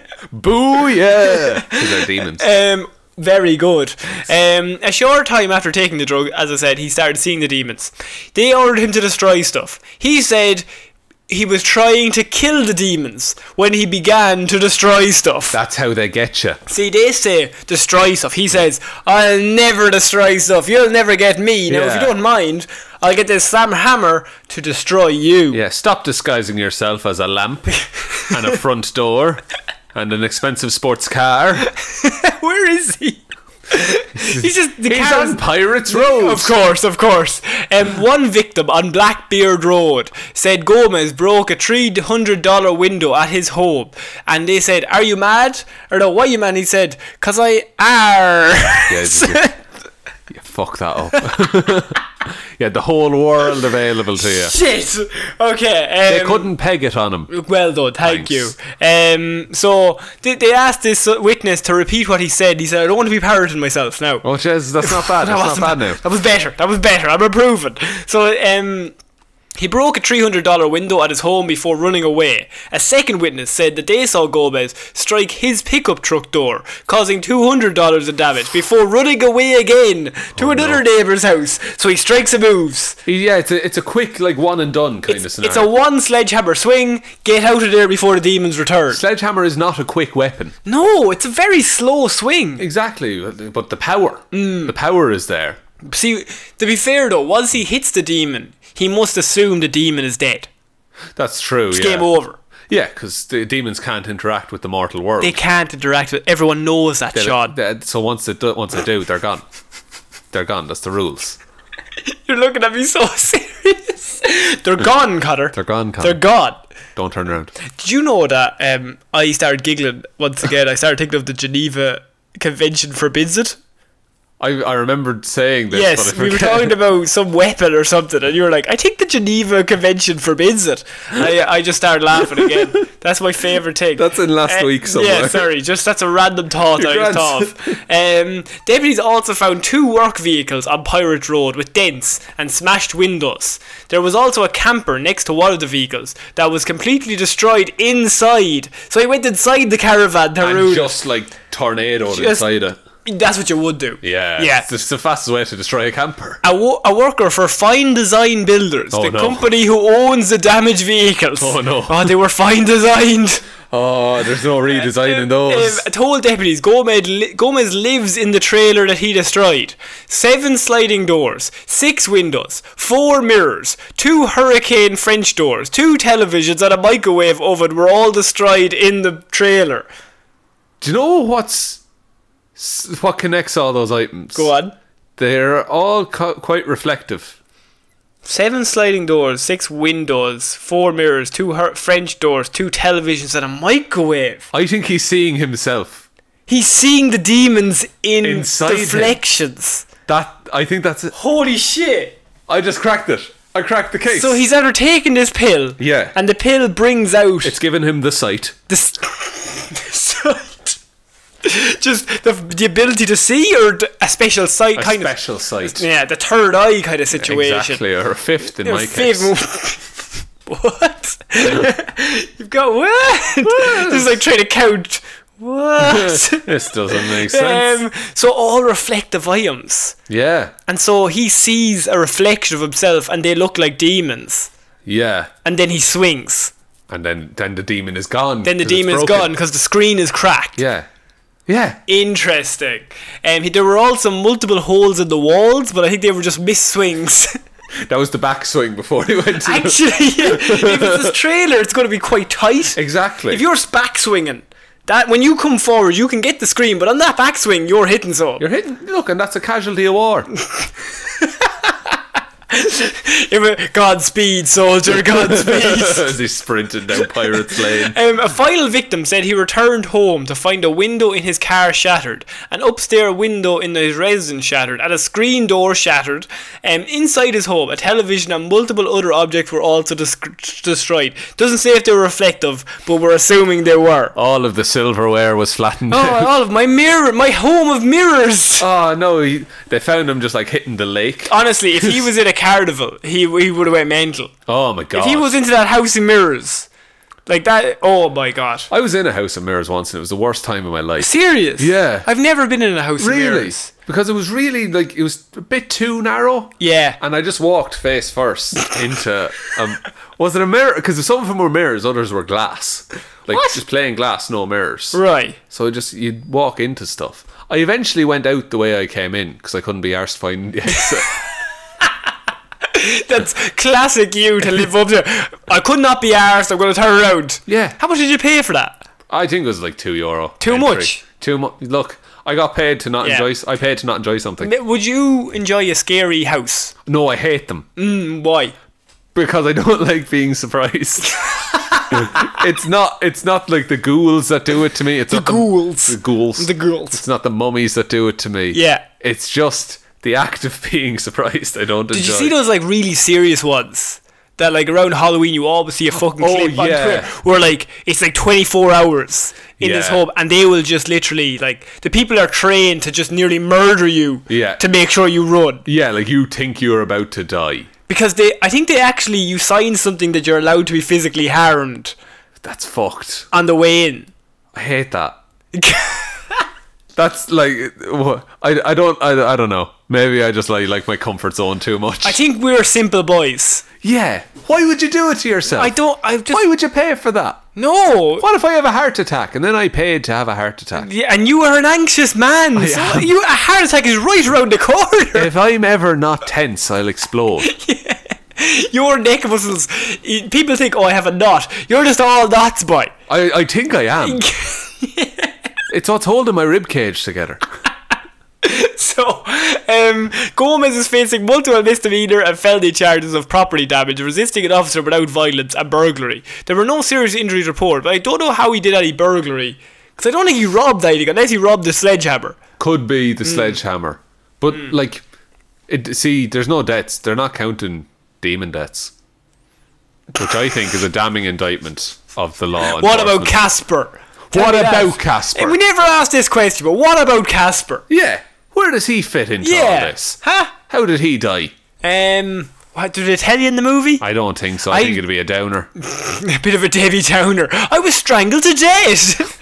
Speaker 2: Boo, yeah. Because they're demons.
Speaker 1: Um, very good. Um, a short time after taking the drug, as I said, he started seeing the demons. They ordered him to destroy stuff. He said he was trying to kill the demons when he began to destroy stuff.
Speaker 2: That's how they get you.
Speaker 1: See, they say destroy stuff. He says, I'll never destroy stuff. You'll never get me. Now, if you
Speaker 2: Yeah.
Speaker 1: don't mind, I'll get this Sam Hammer to destroy you.
Speaker 2: Yeah, stop disguising yourself as a lamp and a front door and an expensive sports car.
Speaker 1: Where is he? He's just the
Speaker 2: He's
Speaker 1: car's-
Speaker 2: on Pirates Road.
Speaker 1: Of course, of course. Um, one victim on Blackbeard Road said Gomez broke a $300 window at his home. And they said, Are you mad? Or no, why you mad? He said, Because I are.
Speaker 2: Yeah, you, you fuck that up. yeah, the whole world available to you.
Speaker 1: Shit! Okay.
Speaker 2: They
Speaker 1: um,
Speaker 2: couldn't peg it on him.
Speaker 1: Well done, thank
Speaker 2: Thanks.
Speaker 1: you. Um, so they, they asked this witness to repeat what he said. He said, "I don't want to be parroting myself now."
Speaker 2: Oh, Jesus, that's not bad. That's
Speaker 1: wasn't
Speaker 2: not bad
Speaker 1: bad.
Speaker 2: now.
Speaker 1: That was better. That was better. I'm approving. So, um, he broke a $300 window at his home before running away. A second witness said that they saw Gomez strike his pickup truck door, causing $200 of damage before running away again to
Speaker 2: Oh,
Speaker 1: another neighbour's house. So he strikes and moves.
Speaker 2: Yeah, it's a, it's a quick, like, one and done kind of
Speaker 1: It's,
Speaker 2: scenario.
Speaker 1: it's a one sledgehammer swing. Get out of there before the demons return.
Speaker 2: Sledgehammer is not a quick weapon.
Speaker 1: no, it's a very slow swing.
Speaker 2: Exactly, but the power.
Speaker 1: Mm.
Speaker 2: The power is there.
Speaker 1: See, to be fair though, once he hits the demon, he must assume the demon is dead.
Speaker 2: That's true.
Speaker 1: It's
Speaker 2: yeah.
Speaker 1: game over.
Speaker 2: Yeah, because the demons can't interact with the mortal world.
Speaker 1: They can't interact with. Everyone knows that,
Speaker 2: They-
Speaker 1: Sean.
Speaker 2: they- so once they do, once they do, they're gone. They're gone. That's the rules.
Speaker 1: You're looking at me so serious. They're gone, Cutter.
Speaker 2: Mm. They're gone. Colin.
Speaker 1: They're gone.
Speaker 2: Don't turn around.
Speaker 1: Did you know that um, I started giggling once again? I started thinking of the Geneva Convention forbids it.
Speaker 2: I, I remembered saying this.
Speaker 1: Yes,
Speaker 2: but I
Speaker 1: we were
Speaker 2: forget.
Speaker 1: talking about some weapon or something, and you were like, "I think the Geneva Convention forbids it." And I, I just started laughing again. That's my favorite thing. Eh,
Speaker 2: That's in last week
Speaker 1: Yeah,
Speaker 2: somewhere.
Speaker 1: sorry, just that's a random thought that I just thought.
Speaker 2: Grand.
Speaker 1: Of. Um, deputies also found two work vehicles on Pirate Road with dents and smashed windows. There was also a camper next to one of the vehicles that was completely destroyed inside. So he went inside the caravan to
Speaker 2: and
Speaker 1: ruin. it.
Speaker 2: just like tornado
Speaker 1: Just-
Speaker 2: inside it.
Speaker 1: That's what you would do.
Speaker 2: Yeah,
Speaker 1: Yeah.
Speaker 2: It's, it's the fastest way to destroy a camper.
Speaker 1: a, wo- a worker for Fine Design Builders,
Speaker 2: Oh,
Speaker 1: the
Speaker 2: no.
Speaker 1: company who owns the damaged vehicles.
Speaker 2: Oh, no.
Speaker 1: Oh, they were fine designed.
Speaker 2: Oh, there's no redesigning
Speaker 1: Um,
Speaker 2: those.
Speaker 1: told deputies Gomez, li- Gomez lives in the trailer that he destroyed. Seven sliding doors, six windows, four mirrors, two hurricane French doors, two televisions, and a microwave oven were all destroyed in the trailer.
Speaker 2: Do you know what's s- what connects all those items?
Speaker 1: Go on.
Speaker 2: They're all co- quite reflective.
Speaker 1: Seven sliding doors, six windows, four mirrors, two hur- French doors, two televisions, and a microwave.
Speaker 2: I think he's seeing himself.
Speaker 1: He's seeing the demons in
Speaker 2: Inside him.
Speaker 1: deflections.
Speaker 2: That I think that's it.
Speaker 1: Holy shit!
Speaker 2: I just cracked it. I cracked the case.
Speaker 1: So he's undertaken this pill.
Speaker 2: Yeah.
Speaker 1: And the pill brings out
Speaker 2: It's given him the sight.
Speaker 1: the sight. Just the, the ability to see, or d- a special sight
Speaker 2: A
Speaker 1: kind
Speaker 2: special sight.
Speaker 1: of. Yeah, the third eye kind of situation.
Speaker 2: Exactly, or a fifth in my
Speaker 1: Fifth
Speaker 2: case.
Speaker 1: move- what? You've got what? this is like trying to count. What?
Speaker 2: This doesn't make sense.
Speaker 1: um, so all reflective items.
Speaker 2: yeah,
Speaker 1: And so he sees a reflection of himself and they look like demons.
Speaker 2: yeah.
Speaker 1: And then he swings.
Speaker 2: and then then the demon is gone.
Speaker 1: Then the
Speaker 2: 'cause it's
Speaker 1: demon is
Speaker 2: broken.
Speaker 1: gone because the screen is cracked.
Speaker 2: Yeah, yeah.
Speaker 1: Interesting. Um, there were also multiple holes in the walls, but I think they were just miss swings.
Speaker 2: That was the backswing before he went. To the,
Speaker 1: Actually, if it's this trailer, it's going to be quite tight.
Speaker 2: exactly.
Speaker 1: If you're back swinging, that when you come forward, you can get the screen, but on that back swing, you're hitting so.
Speaker 2: You're hitting. Look, and that's a casualty of war.
Speaker 1: Godspeed, soldier, Godspeed.
Speaker 2: As he sprinted down Pirates Lane.
Speaker 1: Um, a final victim said he returned home to find a window in his car shattered, an upstairs window in his residence shattered, and a screen door shattered. Um, inside his home, a television and multiple other objects were also dis- destroyed. Doesn't say if they were reflective, but we're assuming they were. Oh,
Speaker 2: All of the silverware was flattened.
Speaker 1: and Oh, all of my mirror, my home of mirrors.
Speaker 2: Oh no! He, they found him just like hitting the lake.
Speaker 1: Honestly, if he was in a carnival, he he would have went mental.
Speaker 2: Oh my god!
Speaker 1: If he was into that house of mirrors, like that. Oh my god.
Speaker 2: I was in a house of mirrors once, and it was the worst time of my life.
Speaker 1: Serious?
Speaker 2: Yeah.
Speaker 1: I've never been in a house of
Speaker 2: really?
Speaker 1: mirrors.
Speaker 2: Because it was really like it was a bit too narrow.
Speaker 1: Yeah.
Speaker 2: And I just walked face first into um, was it a mirror? Because some of them were mirrors, others were glass. Like
Speaker 1: What?
Speaker 2: just plain glass, no mirrors.
Speaker 1: Right.
Speaker 2: So I just you'd walk into stuff. I eventually went out the way I came in because I couldn't be arsed finding the exit.
Speaker 1: That's classic you to live up to. I could not be arsed, I'm going to turn around.
Speaker 2: Yeah.
Speaker 1: How much did you pay for that?
Speaker 2: I think it was like two euro.
Speaker 1: Too
Speaker 2: entry.
Speaker 1: much?
Speaker 2: Too much. Look, I got paid to not
Speaker 1: Yeah.
Speaker 2: enjoy. s- I paid to not enjoy something.
Speaker 1: N- Would you enjoy a scary house?
Speaker 2: No, I hate them
Speaker 1: Mm, why?
Speaker 2: because I don't like being surprised. it's not. It's not like the ghouls that do it to me. It's the
Speaker 1: ghouls.
Speaker 2: The ghouls.
Speaker 1: The ghouls.
Speaker 2: It's not the mummies that do it to me.
Speaker 1: Yeah.
Speaker 2: It's just the act of being surprised. I don't
Speaker 1: Did
Speaker 2: enjoy.
Speaker 1: you see those like really serious ones? That like around Halloween you always see a fucking
Speaker 2: Oh,
Speaker 1: clip on
Speaker 2: yeah.
Speaker 1: Twitter where like it's like 24 hours in this
Speaker 2: Yeah.
Speaker 1: home and they will just literally like the people are trained to just nearly murder you
Speaker 2: Yeah.
Speaker 1: to make sure you run
Speaker 2: Yeah, like you think you're about to die.
Speaker 1: because they I think they actually you sign something that you're allowed to be physically harmed
Speaker 2: That's fucked.
Speaker 1: on the way in.
Speaker 2: I hate that. That's like wha- I, I don't I, I don't know. Maybe I just like like my comfort zone too much.
Speaker 1: I think we're simple boys.
Speaker 2: yeah. Why would you do it to yourself?
Speaker 1: I don't. I just
Speaker 2: Why would you pay for that?
Speaker 1: no.
Speaker 2: What if I have a heart attack and then I paid to have a heart attack?
Speaker 1: Yeah, and you are an anxious man. So
Speaker 2: am.
Speaker 1: you a heart attack is right around the corner.
Speaker 2: If I'm ever not tense, I'll explode.
Speaker 1: Your neck muscles. i- People think, oh, I have a knot. You're just all knots, boy.
Speaker 2: I, I think I am. It's what's holding my rib cage together.
Speaker 1: So, um, Gomez is facing multiple misdemeanor and felony charges of property damage, resisting an officer without violence, and burglary. There were no serious injuries reported, but I don't know how he did any burglary. Because I don't think he robbed anything, unless he robbed a sledgehammer.
Speaker 2: Could be
Speaker 1: Mm.
Speaker 2: the sledgehammer, but like, it, see, there's no debts. They're not counting demon debts, which I think is a damning indictment of the law.
Speaker 1: What about
Speaker 2: enforcement.
Speaker 1: Casper? Tell
Speaker 2: What
Speaker 1: me that.
Speaker 2: about Casper?
Speaker 1: Hey, We never asked this question, but what about Casper?
Speaker 2: Yeah, where does he fit into
Speaker 1: Yeah.
Speaker 2: all this?
Speaker 1: Huh?
Speaker 2: How did he die?
Speaker 1: Um, what did they tell you in the movie?
Speaker 2: I don't think so. I,
Speaker 1: I-
Speaker 2: think it'd be a downer.
Speaker 1: A bit of a Davy Downer. I was strangled to death.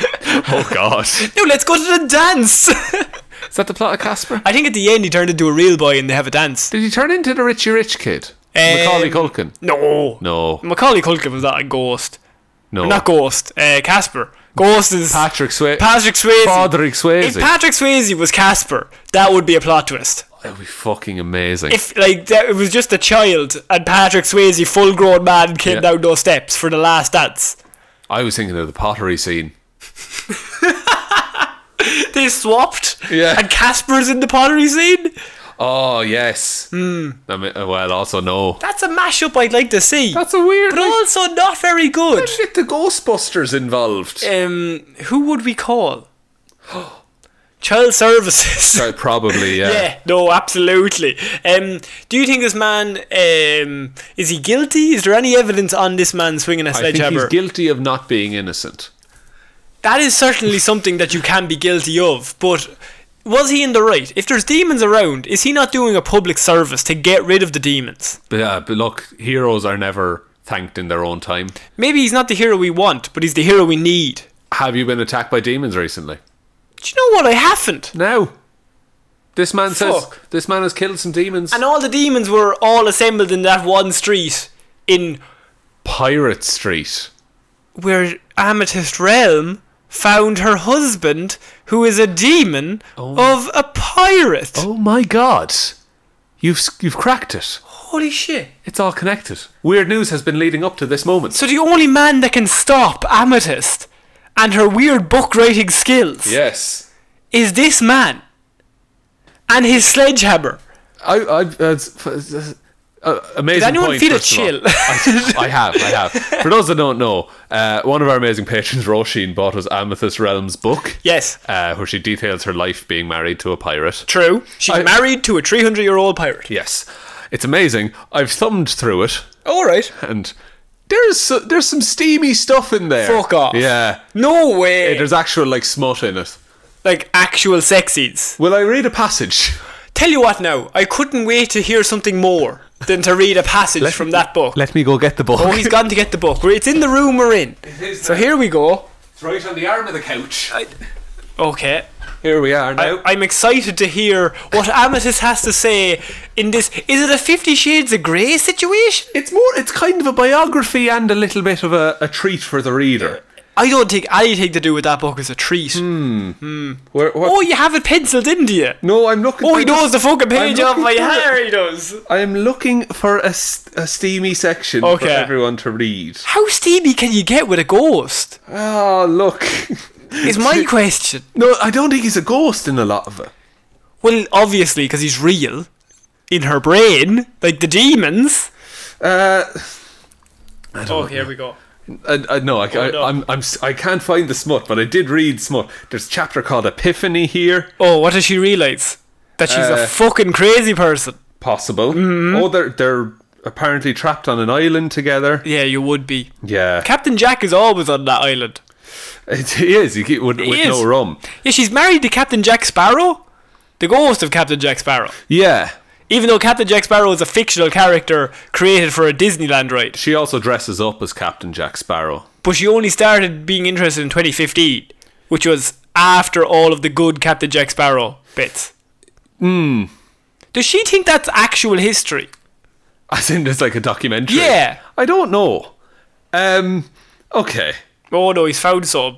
Speaker 2: oh God!
Speaker 1: now let's go to the dance.
Speaker 2: Is that the plot of Casper?
Speaker 1: I think at the end he turned into a real boy and they have a dance.
Speaker 2: Did he turn into the Richie Rich kid?
Speaker 1: Um,
Speaker 2: Macaulay Culkin.
Speaker 1: No.
Speaker 2: No,
Speaker 1: Macaulay Culkin was not a ghost.
Speaker 2: no.
Speaker 1: Not Ghost. Uh, Casper. Ghost is
Speaker 2: Patrick Swayze.
Speaker 1: Patrick Swayze.
Speaker 2: Patrick
Speaker 1: If
Speaker 2: Swayze.
Speaker 1: Patrick Swayze was Casper, that would be a plot twist.
Speaker 2: That'd be fucking amazing.
Speaker 1: If like that, it was just a child and Patrick Swayze, full grown man, came
Speaker 2: Yeah.
Speaker 1: down those steps for the last dance.
Speaker 2: I was thinking of the pottery scene.
Speaker 1: They swapped.
Speaker 2: Yeah.
Speaker 1: And Casper's in the pottery scene.
Speaker 2: Oh yes. I mean, uh, well, also no.
Speaker 1: That's a mashup I'd like to see.
Speaker 2: That's a weird.
Speaker 1: but also not very good.
Speaker 2: get the Ghostbusters involved.
Speaker 1: Um, who would we call? Child services.
Speaker 2: Uh, Probably yeah.
Speaker 1: Yeah, no, absolutely. Um, do you think this man um, is he guilty? Is there any evidence on this man swinging a
Speaker 2: I think he's
Speaker 1: sledgehammer?
Speaker 2: guilty of not being innocent.
Speaker 1: that is certainly something that you can be guilty of. But was he in the right? If there's demons around, is he not doing a public service to get rid of the demons?
Speaker 2: But, yeah, but look, heroes are never thanked in their own time.
Speaker 1: Maybe he's not the hero we want, but he's the hero we need.
Speaker 2: Have you been attacked by demons recently?
Speaker 1: Do you know what? I haven't.
Speaker 2: No. This man says
Speaker 1: Fuck.
Speaker 2: this man has killed some demons.
Speaker 1: And all the demons were all assembled in that one street in
Speaker 2: Pirate Street.
Speaker 1: where Amethyst Realm found her husband, who is a demon of a pirate.
Speaker 2: Oh my god. You've s- you've cracked it.
Speaker 1: Holy shit.
Speaker 2: It's all connected. Weird news has been leading up to this moment.
Speaker 1: So the only man that can stop Amethyst and her weird book writing skills
Speaker 2: yes.
Speaker 1: is this man and his sledgehammer.
Speaker 2: I I uh, f- uh, uh, amazing
Speaker 1: Did anyone
Speaker 2: point,
Speaker 1: feel a
Speaker 2: first of all.
Speaker 1: chill?
Speaker 2: I have, I have. For those that don't know, uh, one of our amazing patrons, Roisin, bought us Amethyst Realms book.
Speaker 1: yes.
Speaker 2: Uh, where she details her life being married to a pirate.
Speaker 1: True. She's
Speaker 2: I-
Speaker 1: married to a 300 year old pirate.
Speaker 2: Yes, it's amazing. I've thumbed through it,
Speaker 1: Alright.
Speaker 2: and there's so, there's some steamy stuff in there.
Speaker 1: Fuck off.
Speaker 2: Yeah,
Speaker 1: No way.
Speaker 2: there's actual like smut in it.
Speaker 1: like actual sexies.
Speaker 2: Will I read a passage?
Speaker 1: Tell you what now, I couldn't wait to hear something more than to read a passage from that book.
Speaker 2: Let me go get the book.
Speaker 1: Oh, he's gone to get the book. It's in the room we're in.
Speaker 2: is
Speaker 1: So
Speaker 2: now.
Speaker 1: here we go.
Speaker 2: It's right on the arm of the couch.
Speaker 1: Okay.
Speaker 2: Here we are now.
Speaker 1: I'm excited to hear what Amethyst has to say in this. Is it a Fifty Shades of Grey situation?
Speaker 2: it's more. It's kind of a biography and a little bit of a, a treat for the reader.
Speaker 1: I don't think anything to do with that book is a treat.
Speaker 2: Where, what-
Speaker 1: Oh, you have it penciled, didn't you?
Speaker 2: No, I'm looking.
Speaker 1: Oh,
Speaker 2: for
Speaker 1: he
Speaker 2: this-
Speaker 1: knows the fucking page
Speaker 2: I'm
Speaker 1: off
Speaker 2: looking
Speaker 1: by
Speaker 2: for it.
Speaker 1: hair, he does.
Speaker 2: I am looking for a, s- a steamy section
Speaker 1: Okay.
Speaker 2: for everyone to read.
Speaker 1: How steamy can you get with a ghost?
Speaker 2: Oh, look.
Speaker 1: Is my question.
Speaker 2: No, I don't think he's a ghost in a lot of it.
Speaker 1: Well, obviously, because he's real. In her brain, like the demons.
Speaker 2: Uh,
Speaker 1: Oh, here we go.
Speaker 2: I, I, no, I, I,
Speaker 1: Oh, no.
Speaker 2: I'm, I'm, s- I can't find the smut, but I did read smut. There's a chapter called Epiphany here,
Speaker 1: Oh, what does she realize? That she's a
Speaker 2: Uh,
Speaker 1: fucking crazy person.
Speaker 2: possible.
Speaker 1: Mm-hmm.
Speaker 2: Oh, they're they're apparently trapped on an island together.
Speaker 1: Yeah, you would be.
Speaker 2: Yeah,
Speaker 1: Captain Jack is always on that island.
Speaker 2: he is. He, with with
Speaker 1: is.
Speaker 2: no rum.
Speaker 1: Yeah, she's married to Captain Jack Sparrow, the ghost of Captain Jack Sparrow.
Speaker 2: Yeah,
Speaker 1: Even though Captain Jack Sparrow is a fictional character created for a Disneyland ride,
Speaker 2: she also dresses up as Captain Jack Sparrow.
Speaker 1: but she only started being interested in 2015, which was after all of the good Captain Jack Sparrow bits. Hmm. Does she think that's actual history?
Speaker 2: As in, there's like a documentary.
Speaker 1: Yeah.
Speaker 2: I don't know. Um, okay.
Speaker 1: Oh no, he's found some.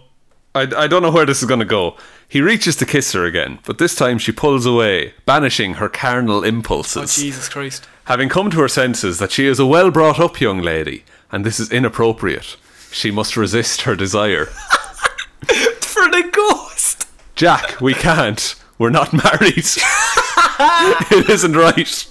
Speaker 2: I, I don't know where this is going to go. He reaches to kiss her again, but this time she pulls away, banishing her carnal impulses.
Speaker 1: Oh Jesus Christ!
Speaker 2: Having come to her senses that she is a well brought up young lady, and this is inappropriate, she must resist her desire.
Speaker 1: For the ghost.
Speaker 2: Jack, we can't. We're not married. it isn't right.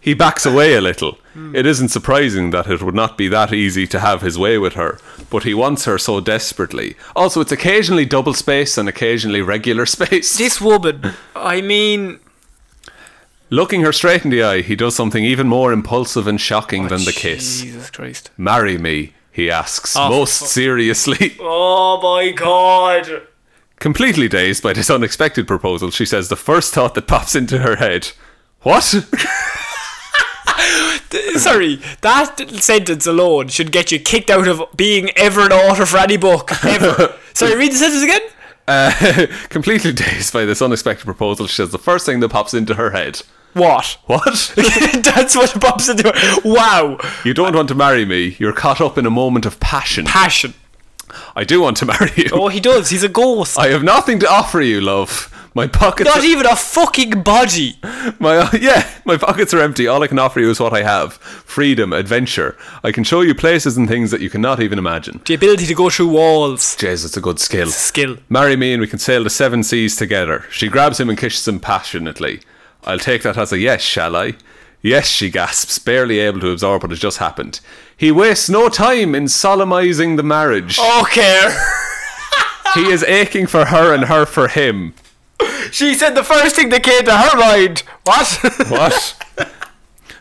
Speaker 2: He backs away a little.
Speaker 1: Hmm.
Speaker 2: It isn't surprising that it would not be that easy to have his way with her, but he wants her so desperately. Also, it's occasionally double space and occasionally regular space.
Speaker 1: This woman. I mean,
Speaker 2: Looking her straight in the eye, he does something even more impulsive and shocking
Speaker 1: Oh,
Speaker 2: than the kiss.
Speaker 1: Jesus Christ.
Speaker 2: Marry me, he asks,
Speaker 1: Oh,
Speaker 2: most
Speaker 1: fu-
Speaker 2: seriously.
Speaker 1: Oh my God.
Speaker 2: Completely dazed by this unexpected proposal, she says the first thought that pops into her head What?
Speaker 1: Sorry, that sentence alone should get you kicked out of being ever an author for any book ever. Sorry, read the sentence again.
Speaker 2: Uh, completely dazed by this unexpected proposal, she says the first thing that pops into her head.
Speaker 1: What?
Speaker 2: What?
Speaker 1: That's what pops into her. Wow,
Speaker 2: you don't want to marry me. You're caught up in a moment of passion.
Speaker 1: passion.
Speaker 2: I do want to marry you.
Speaker 1: Oh, he does. He's a ghost.
Speaker 2: I have nothing to offer you, love. My pockets,
Speaker 1: Not even a fucking body.
Speaker 2: my yeah, my pockets are empty. All I can offer you is what I have: freedom, adventure. I can show you places and things that you cannot even imagine.
Speaker 1: The ability to go through walls.
Speaker 2: Jeez, it's a good skill.
Speaker 1: Skill.
Speaker 2: Marry me and we can sail the seven seas together. She grabs him and kisses him passionately. I'll take that as a yes, shall I? Yes, she gasps, barely able to absorb what has just happened. He wastes no time in solemnizing the marriage.
Speaker 1: Oh. Okay.
Speaker 2: He is aching for her and her for him.
Speaker 1: She said the first thing that came to her mind. What?
Speaker 2: What?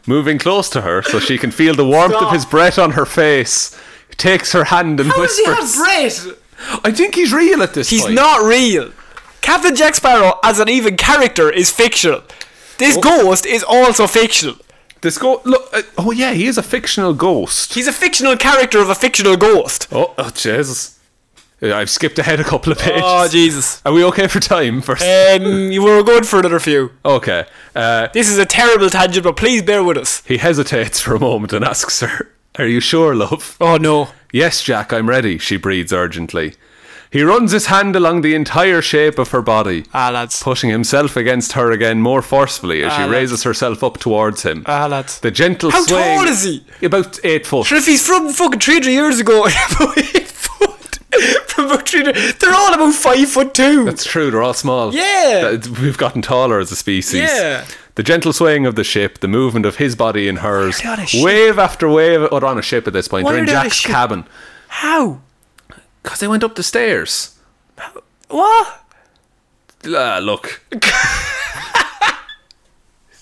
Speaker 2: Moving close to her so she can feel the warmth
Speaker 1: Stop.
Speaker 2: of his breath on her face. He takes her hand and
Speaker 1: How does he
Speaker 2: whispers.
Speaker 1: have bread?
Speaker 2: I think he's real at this
Speaker 1: He's
Speaker 2: point.
Speaker 1: not real. Captain Jack Sparrow, as an even character, is fictional. This ghost is also fictional.
Speaker 2: This go- look. Uh, oh yeah, he is a fictional ghost.
Speaker 1: He's a fictional character of a fictional ghost.
Speaker 2: Oh, oh Jesus. Yeah, I've skipped ahead a couple of pages.
Speaker 1: Oh, Jesus.
Speaker 2: Are we okay for time first?
Speaker 1: Um, you were good for another few.
Speaker 2: okay. Uh,
Speaker 1: This is a terrible tangent, but please bear with us.
Speaker 2: he hesitates for a moment and asks her, Are you sure, love?
Speaker 1: Oh no.
Speaker 2: Yes, Jack, I'm ready, she breathes urgently. He runs his hand along the entire shape of her body,
Speaker 1: Ah, lads.
Speaker 2: pushing himself against her again more forcefully as
Speaker 1: Ah,
Speaker 2: she
Speaker 1: lads.
Speaker 2: raises herself up towards him.
Speaker 1: Ah, lads.
Speaker 2: The gentle
Speaker 1: How
Speaker 2: swaying-
Speaker 1: tall is he?
Speaker 2: About eight foot.
Speaker 1: Sure, if he's from fucking 300 years ago, about eight foot. From about 300 They're all about 5 foot 2.
Speaker 2: That's true, they're all small.
Speaker 1: Yeah.
Speaker 2: That- we've gotten taller as a species.
Speaker 1: Yeah.
Speaker 2: The gentle swaying of the ship, the movement of his body and hers,
Speaker 1: Why are they on a ship?
Speaker 2: wave after wave. Oh, they're on a ship at this point.
Speaker 1: Why
Speaker 2: they're in
Speaker 1: are they on a
Speaker 2: Jack's
Speaker 1: ship?
Speaker 2: cabin.
Speaker 1: How?
Speaker 2: Because they went up the stairs.
Speaker 1: What?
Speaker 2: Ah, look.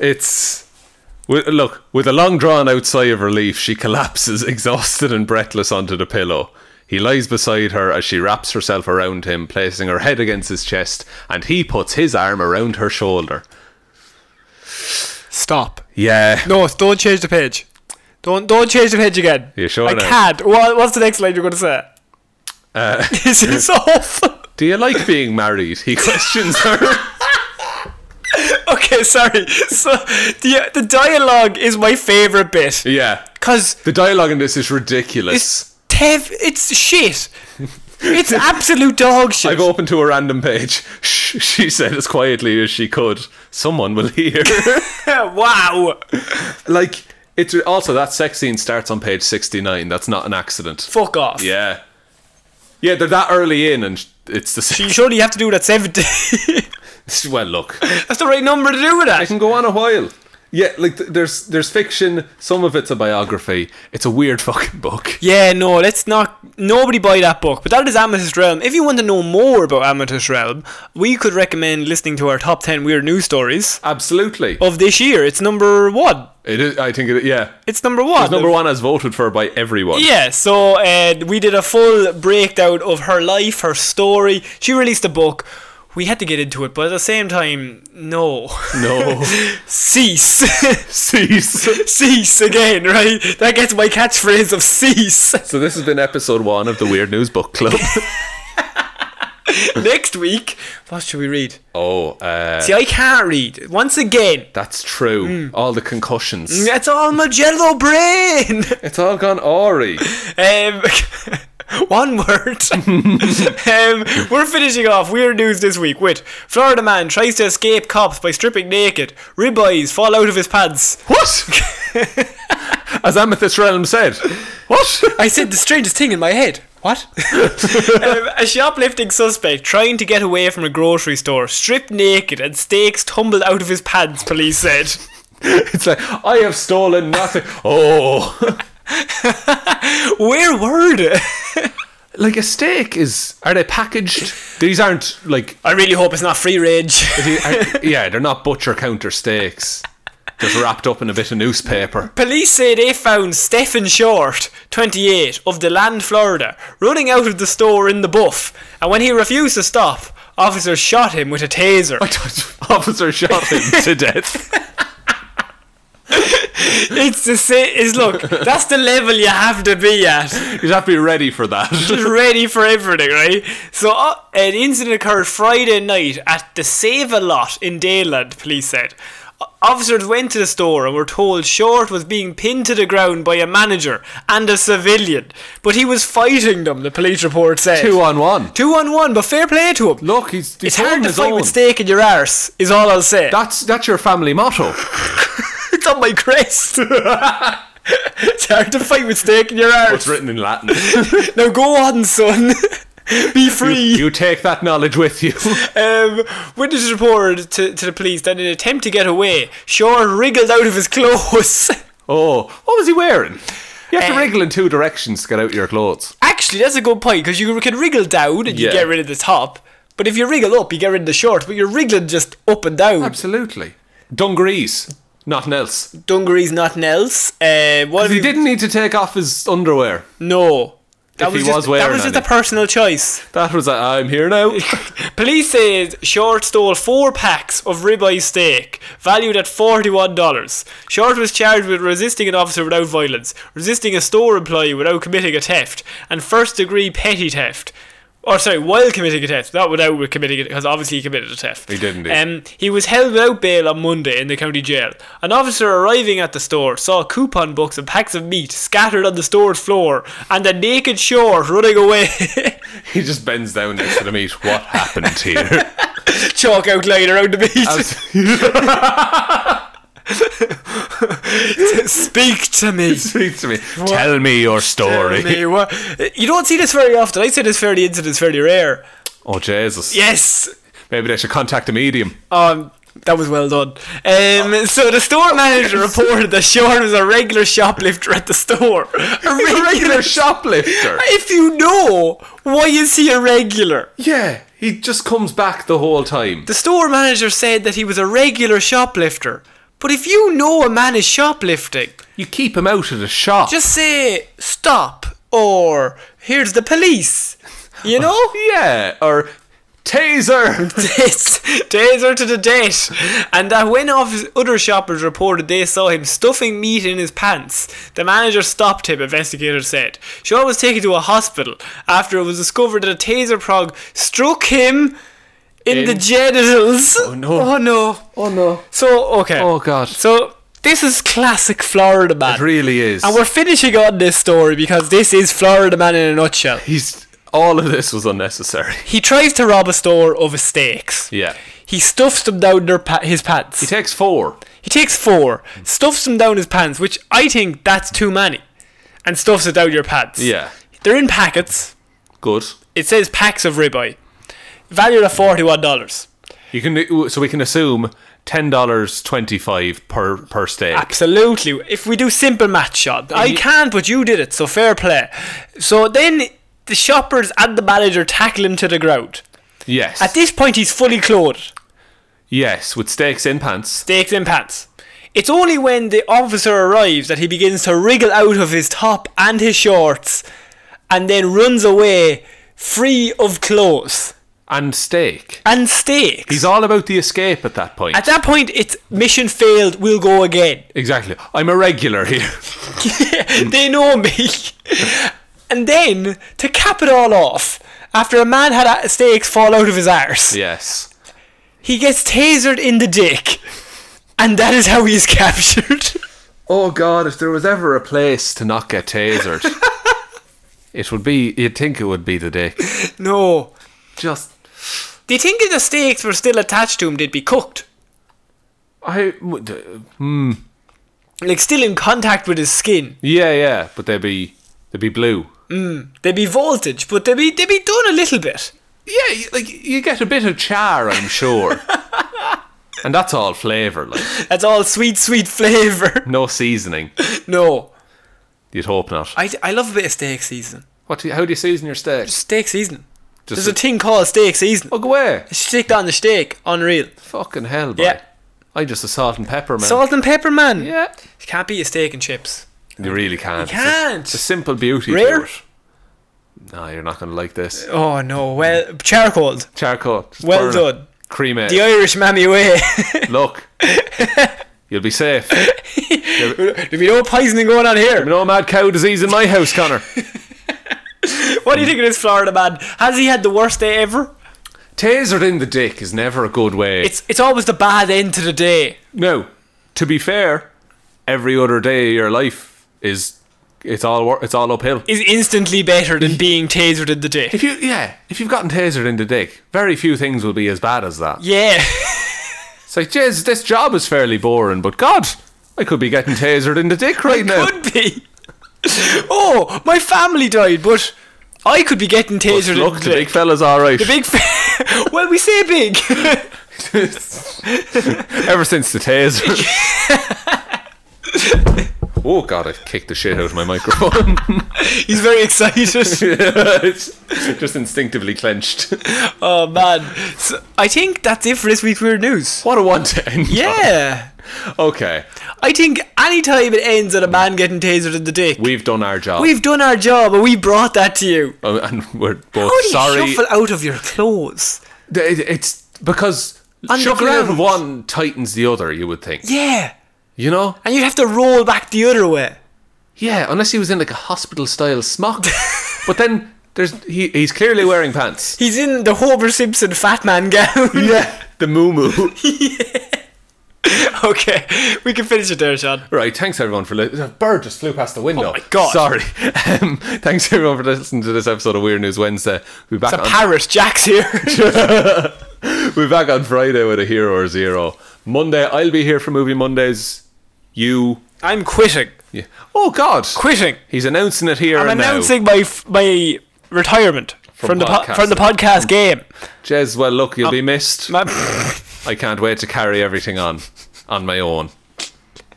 Speaker 2: it's. With, look, with a long drawn out sigh of relief, she collapses, exhausted and breathless, onto the pillow. He lies beside her as she wraps herself around him, placing her head against his chest, and he puts his arm around her shoulder.
Speaker 1: Stop.
Speaker 2: Yeah.
Speaker 1: No, don't change the page. Don't don't change the page again.
Speaker 2: You sure
Speaker 1: I
Speaker 2: now? Uh,
Speaker 1: can't. What, what's the next line you're going to say? this is awful.
Speaker 2: Do you like being married? He questions her.
Speaker 1: Okay, sorry. So the the dialogue is my favorite bit
Speaker 2: yeah.
Speaker 1: because
Speaker 2: The dialogue in this is ridiculous.
Speaker 1: it's tev, it's shit. It's absolute dog shit.
Speaker 2: I've opened to a random page. Shh, she said as quietly as she could. Someone will hear.
Speaker 1: wow.
Speaker 2: like it's also that sex scene starts on page 69 that's not an accident
Speaker 1: Fuck off.
Speaker 2: yeah yeah they're that early in and sh- it's the
Speaker 1: You
Speaker 2: same
Speaker 1: surely have to do it at 70.
Speaker 2: well look
Speaker 1: That's the right number to do with
Speaker 2: i
Speaker 1: that.
Speaker 2: can go on a while yeah like th- there's there's fiction some of it's a biography it's a weird fucking book
Speaker 1: Yeah, no, let's not. Nobody buy that book. But that is Amethyst Realm. If you want to know more about Amethyst Realm, we could recommend listening to our top 10 weird news stories
Speaker 2: absolutely
Speaker 1: of this year. It's number one.
Speaker 2: Oh, it is i think it, yeah
Speaker 1: It's number one.
Speaker 2: number one as voted for by everyone
Speaker 1: Yeah, so uh, we did a full breakdown of her life, her story. She released a book. We had to get into it, but at the same time, no.
Speaker 2: no
Speaker 1: cease.
Speaker 2: cease
Speaker 1: cease again, right? That gets my catchphrase of cease.
Speaker 2: so this has been episode one of the weird news book club
Speaker 1: Next week, what should we read?
Speaker 2: oh uh
Speaker 1: See, I can't read. Once again,
Speaker 2: that's true
Speaker 1: Hmm.
Speaker 2: all the concussions
Speaker 1: that's all my jello brain.
Speaker 2: it's all gone awry
Speaker 1: Um, one word. um, we're finishing off weird news this week with Florida man tries to escape cops by stripping naked. Ribeyes fall out of his pants.
Speaker 2: What? As Amethyst Realm said. What?
Speaker 1: I said the strangest thing in my head. What? um, a shoplifting suspect trying to get away from a grocery store, stripped naked and stakes tumbled out of his pants. Police said.
Speaker 2: It's like, I have stolen nothing. Oh.
Speaker 1: Where were they?
Speaker 2: Like a steak is. Are they packaged? These aren't like.
Speaker 1: I really hope it's not free range.
Speaker 2: the- are- yeah, they're not butcher counter steaks. Just wrapped up in a bit of newspaper.
Speaker 1: Police say they found Stephen Short, 28, of DeLand, Florida, running out of the store in the buff, and when he refused to stop, officers shot him with a taser.
Speaker 2: Officer shot him to death.
Speaker 1: it's the sa- is look, that's the level you have to be at.
Speaker 2: You'd have to be ready for that.
Speaker 1: Just ready for everything, right? So, uh, an incident occurred Friday night at the Save a Lot in Dayland, police said. O- Officers went to the store and were told Short was being pinned to the ground by a manager and a civilian, but he was fighting them, the police report said.
Speaker 2: Two on one.
Speaker 1: Two on one, but fair play to him.
Speaker 2: Look, he's, he's
Speaker 1: it's hard
Speaker 2: holding
Speaker 1: to
Speaker 2: his
Speaker 1: fight
Speaker 2: own.
Speaker 1: with steak in your arse, is all I'll say.
Speaker 2: That's that's your family motto.
Speaker 1: That's on my crest. it's hard to fight with steak in your arse.
Speaker 2: written in Latin.
Speaker 1: Now go on, son. Be free.
Speaker 2: you take that knowledge with you.
Speaker 1: Um, witnesses reported to, to the police that in an attempt to get away, Short wriggled out of his clothes.
Speaker 2: Oh, what was he wearing? You have to
Speaker 1: Um,
Speaker 2: wriggle in two directions to get out your clothes.
Speaker 1: Actually, that's a good point because you can wriggle down and you
Speaker 2: Yeah.
Speaker 1: get rid of the top, but if you wriggle up, you get rid of the short. But you're wriggling just up and down.
Speaker 2: Absolutely. Dungarees, nothing else.
Speaker 1: Dungarees, nothing else. Uh, what if
Speaker 2: He
Speaker 1: you-
Speaker 2: didn't need to take off his underwear.
Speaker 1: No. That
Speaker 2: If
Speaker 1: was
Speaker 2: he
Speaker 1: just,
Speaker 2: was wearing
Speaker 1: that was just a
Speaker 2: any.
Speaker 1: personal choice.
Speaker 2: That was a, I'm here now.
Speaker 1: Police said Short stole four packs of ribeye steak, valued at forty-one dollars. Short was charged with resisting an officer without violence, resisting a store employee without committing a theft, and first-degree petty theft. or sorry, while committing a theft, not without committing it, because obviously he committed a theft.
Speaker 2: He didn't, he-
Speaker 1: Um, he was held without bail on Monday in the county jail. An officer arriving at the store saw coupon books and packs of meat scattered on the store's floor, and a naked short running away.
Speaker 2: He just bends down next to the meat. What happened here?
Speaker 1: Chalk outline around the beach. Speak to me.
Speaker 2: Speak to me. Tell me your story.
Speaker 1: Tell me what- Uh, You don't see this very often. I say this fairly incident's fairly rare.
Speaker 2: Oh Jesus!
Speaker 1: Yes,
Speaker 2: Maybe they should contact a medium.
Speaker 1: Um, that was well done. Um, so the store manager reported that Sean was a regular shoplifter at the store. A
Speaker 2: a regular shoplifter.
Speaker 1: If you know, why is he a regular?
Speaker 2: yeah, he just comes back the whole time.
Speaker 1: The store manager said that he was a regular shoplifter. But if you know a man is shoplifting,
Speaker 2: You keep him out of the shop.
Speaker 1: just say stop or here's the police. You know?
Speaker 2: yeah, or taser.
Speaker 1: this taser to the date and that when off- other shoppers reported they saw him stuffing meat in his pants the manager stopped him investigators said Shaw was taken to a hospital after it was discovered that a taser prog struck him in,
Speaker 2: In-
Speaker 1: the genitals oh
Speaker 2: no.
Speaker 1: oh no
Speaker 2: oh no!
Speaker 1: so okay
Speaker 2: Oh, God.
Speaker 1: so this is classic Florida man
Speaker 2: It really is.
Speaker 1: and we're finishing on this story because this is Florida man in a nutshell
Speaker 2: He's all of this was unnecessary.
Speaker 1: he tries to rob a store of his steaks
Speaker 2: Yeah,
Speaker 1: he stuffs them down their pa- his pants
Speaker 2: he takes four.
Speaker 1: He takes four, stuffs them down his pants, which I think that's too many, and stuffs it down your pants.
Speaker 2: Yeah,
Speaker 1: They're in packets.
Speaker 2: good.
Speaker 1: It says packs of ribeye, valued at forty-one dollars.
Speaker 2: You can so we can assume ten dollars twenty five per per steak.
Speaker 1: Absolutely. If we do simple math, Sean, I can't, but you did it, so fair play. So then the shoppers and the manager tackle him to the ground.
Speaker 2: yes,
Speaker 1: At this point, he's fully clothed,
Speaker 2: yes, with steaks in pants.
Speaker 1: stakes in pants. It's only when the officer arrives that he begins to wriggle out of his top and his shorts and then runs away free of clothes
Speaker 2: and steak.
Speaker 1: and steaks.
Speaker 2: He's all about the escape at that point.
Speaker 1: At that point, it's mission failed, we'll go again.
Speaker 2: exactly. I'm a regular here.
Speaker 1: they know me. and then, to cap it all off, after a man had a- steaks fall out of his arse,
Speaker 2: yes.
Speaker 1: he gets tasered in the dick. And that is how he is captured.
Speaker 2: Oh God! If there was ever a place to not get tasered, it would be. You'd think it would be the dick.
Speaker 1: no.
Speaker 2: Just
Speaker 1: Do you think if the steaks were still attached to him, they'd be cooked?
Speaker 2: I. would-
Speaker 1: Like, still in contact with his skin.
Speaker 2: Yeah, yeah, but they'd be they'd be blue.
Speaker 1: They'd be voltage, but they'd be, they'd be done a little bit.
Speaker 2: Yeah, you- like you get a bit of char, I'm sure. and that's all flavour, like
Speaker 1: That's all sweet, sweet flavour.
Speaker 2: no seasoning.
Speaker 1: no.
Speaker 2: You'd hope not.
Speaker 1: I, I love a bit of steak season.
Speaker 2: What? Do you, how do you season your steak?
Speaker 1: Steak season. There's
Speaker 2: Just
Speaker 1: a thing called steak season.
Speaker 2: oh, go away!
Speaker 1: Stick on the steak, unreal.
Speaker 2: Fucking hell, boy.
Speaker 1: Yeah.
Speaker 2: I'm just a salt and pepper man.
Speaker 1: Salt and pepper, man.
Speaker 2: Yeah.
Speaker 1: It can't be a steak and chips.
Speaker 2: You really can't.
Speaker 1: You can't.
Speaker 2: It's a, it's a simple beauty.
Speaker 1: Rare?
Speaker 2: To it. No, you're not gonna like this.
Speaker 1: Oh no, well, charcoal.
Speaker 2: Charcoal. just
Speaker 1: Well
Speaker 2: burn it.
Speaker 1: done.
Speaker 2: Cream it.
Speaker 1: The Irish mammy way.
Speaker 2: Look, you'll be safe.
Speaker 1: There'll be no poisoning going on here.
Speaker 2: No mad cow disease in my house, Connor.
Speaker 1: What do you think of this Florida man? Has he had the worst day ever?
Speaker 2: Tasered in the dick is never a good way.
Speaker 1: It's it's always the bad end to the day.
Speaker 2: No, to be fair, every other day of your life is it's all wor- it's all uphill.
Speaker 1: Is instantly better than being tasered in the day.
Speaker 2: If you yeah, if you've gotten tasered in the dick, very few things will be as bad as that.
Speaker 1: Yeah.
Speaker 2: It's like, jeez, this job is fairly boring, but God, I could be getting tasered in the dick right now.
Speaker 1: Could be. Oh, my family died, but I could be getting
Speaker 2: But
Speaker 1: tasered
Speaker 2: look,
Speaker 1: in
Speaker 2: the
Speaker 1: the
Speaker 2: big fella's all right.
Speaker 1: The big fa- well, we say big.
Speaker 2: Ever since the taser. oh God, I kicked the shit out of my microphone.
Speaker 1: He's very excited.
Speaker 2: it's just instinctively clenched.
Speaker 1: Oh man, so, I think that's it for this week's weird news.
Speaker 2: What a one to end. on.
Speaker 1: Yeah,
Speaker 2: Okay,
Speaker 1: I think any time it ends at a man getting tasered in the dick,
Speaker 2: we've done our job.
Speaker 1: we've done our job and we brought that to you.
Speaker 2: Oh, and we're both
Speaker 1: How do you
Speaker 2: sorry.
Speaker 1: shuffle out of your clothes?
Speaker 2: Th- it- It's because
Speaker 1: On the
Speaker 2: shuffling out of
Speaker 1: ground.
Speaker 2: one tightens the other. You would think,
Speaker 1: Yeah,
Speaker 2: you know?
Speaker 1: and you'd have to roll back the other way.
Speaker 2: Yeah, unless he was in like a hospital style smock. but then There's he, he's clearly wearing pants.
Speaker 1: He's in the Homer Simpson fat man gown.
Speaker 2: yeah, the moo moo.
Speaker 1: okay, we can finish it there, Sean.
Speaker 2: Right, thanks everyone for listening. A bird just flew past the window.
Speaker 1: Oh my God.
Speaker 2: Sorry. Um, thanks everyone for listening to this episode of Weird News Wednesday. We'll be back
Speaker 1: It's a
Speaker 2: on
Speaker 1: parrot. Jack's here.
Speaker 2: we'll be back on Friday with a hero or zero. Monday, I'll be here for Movie Mondays. You,
Speaker 1: I'm quitting.
Speaker 2: yeah. oh God,
Speaker 1: Quitting.
Speaker 2: he's announcing it here
Speaker 1: I'm
Speaker 2: and
Speaker 1: announcing my f- my retirement from, the po-
Speaker 2: podcasting.
Speaker 1: from the podcast
Speaker 2: Mm.
Speaker 1: game.
Speaker 2: now. Jez, well, look, you'll be missed.
Speaker 1: My-
Speaker 2: I can't wait to carry everything on on my own.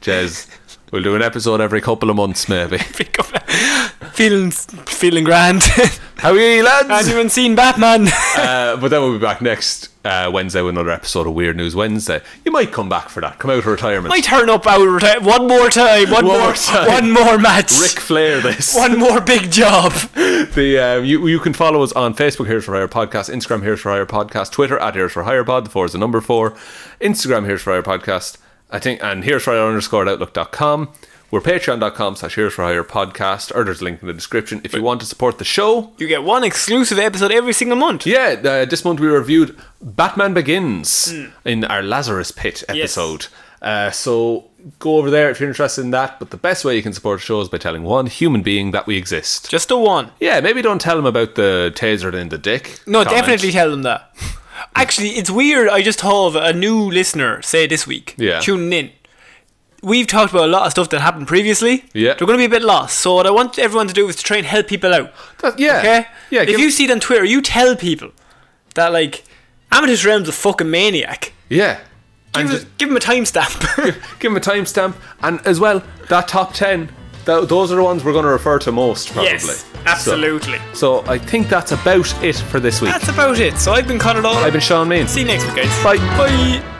Speaker 2: Jez, we'll do an episode every couple of months, maybe.
Speaker 1: pick up- feeling feeling grand.
Speaker 2: How are you,
Speaker 1: Has
Speaker 2: lads?
Speaker 1: anyone seen Batman?
Speaker 2: Uh, but then we'll be back next uh, Wednesday with another episode of Weird News Wednesday. You might come back for that. Come out of retirement.
Speaker 1: I turn up out reti- one more time, one,
Speaker 2: One
Speaker 1: more,
Speaker 2: more time.
Speaker 1: one more match,
Speaker 2: Ric Flair this.
Speaker 1: one more big job.
Speaker 2: the um, you you can follow us on Facebook Here's for Hire Podcast, Instagram Here's for Hire Podcast, Twitter at Here's for Hire Pod. The four is the number four. Instagram Here's for Hire Podcast. I think and Here's for Hire underscore at outlook.com. We're patreon.com slash Here's for Hire Podcast. Or there's a link in the description if you want to support the show.
Speaker 1: You get one exclusive episode every single month.
Speaker 2: Yeah, uh, this month we reviewed Batman Begins in our Lazarus Pit episode. Uh, so go over there if you're interested in that. But the best way you can support the show is by telling one human being that we exist.
Speaker 1: Just a one.
Speaker 2: Yeah, maybe don't tell him about the taser in the dick.
Speaker 1: No,
Speaker 2: comment.
Speaker 1: definitely tell them that. Actually, it's weird. I just have a new listener say this week.
Speaker 2: Yeah.
Speaker 1: Tuning in. We've talked about a lot of stuff that happened previously.
Speaker 2: Yeah.
Speaker 1: They're going to be a bit lost. So, what I want everyone to do is to try and help people out.
Speaker 2: That- yeah,
Speaker 1: Okay?
Speaker 2: yeah.
Speaker 1: If
Speaker 2: give-
Speaker 1: you see it on Twitter, you tell people that, like, Amateur's Realm's a fucking maniac.
Speaker 2: yeah, and
Speaker 1: Give,
Speaker 2: just
Speaker 1: us- give him a timestamp.
Speaker 2: give him a timestamp, and as well that top ten. Th- those are the ones we're going to refer to most, probably.
Speaker 1: yes.
Speaker 2: So-
Speaker 1: Absolutely.
Speaker 2: So, I think that's about it for this week.
Speaker 1: That's about it. So, I've been Conor Lawler.
Speaker 2: I've been Sean Means.
Speaker 1: See you next week, guys.
Speaker 2: Bye.
Speaker 1: Bye.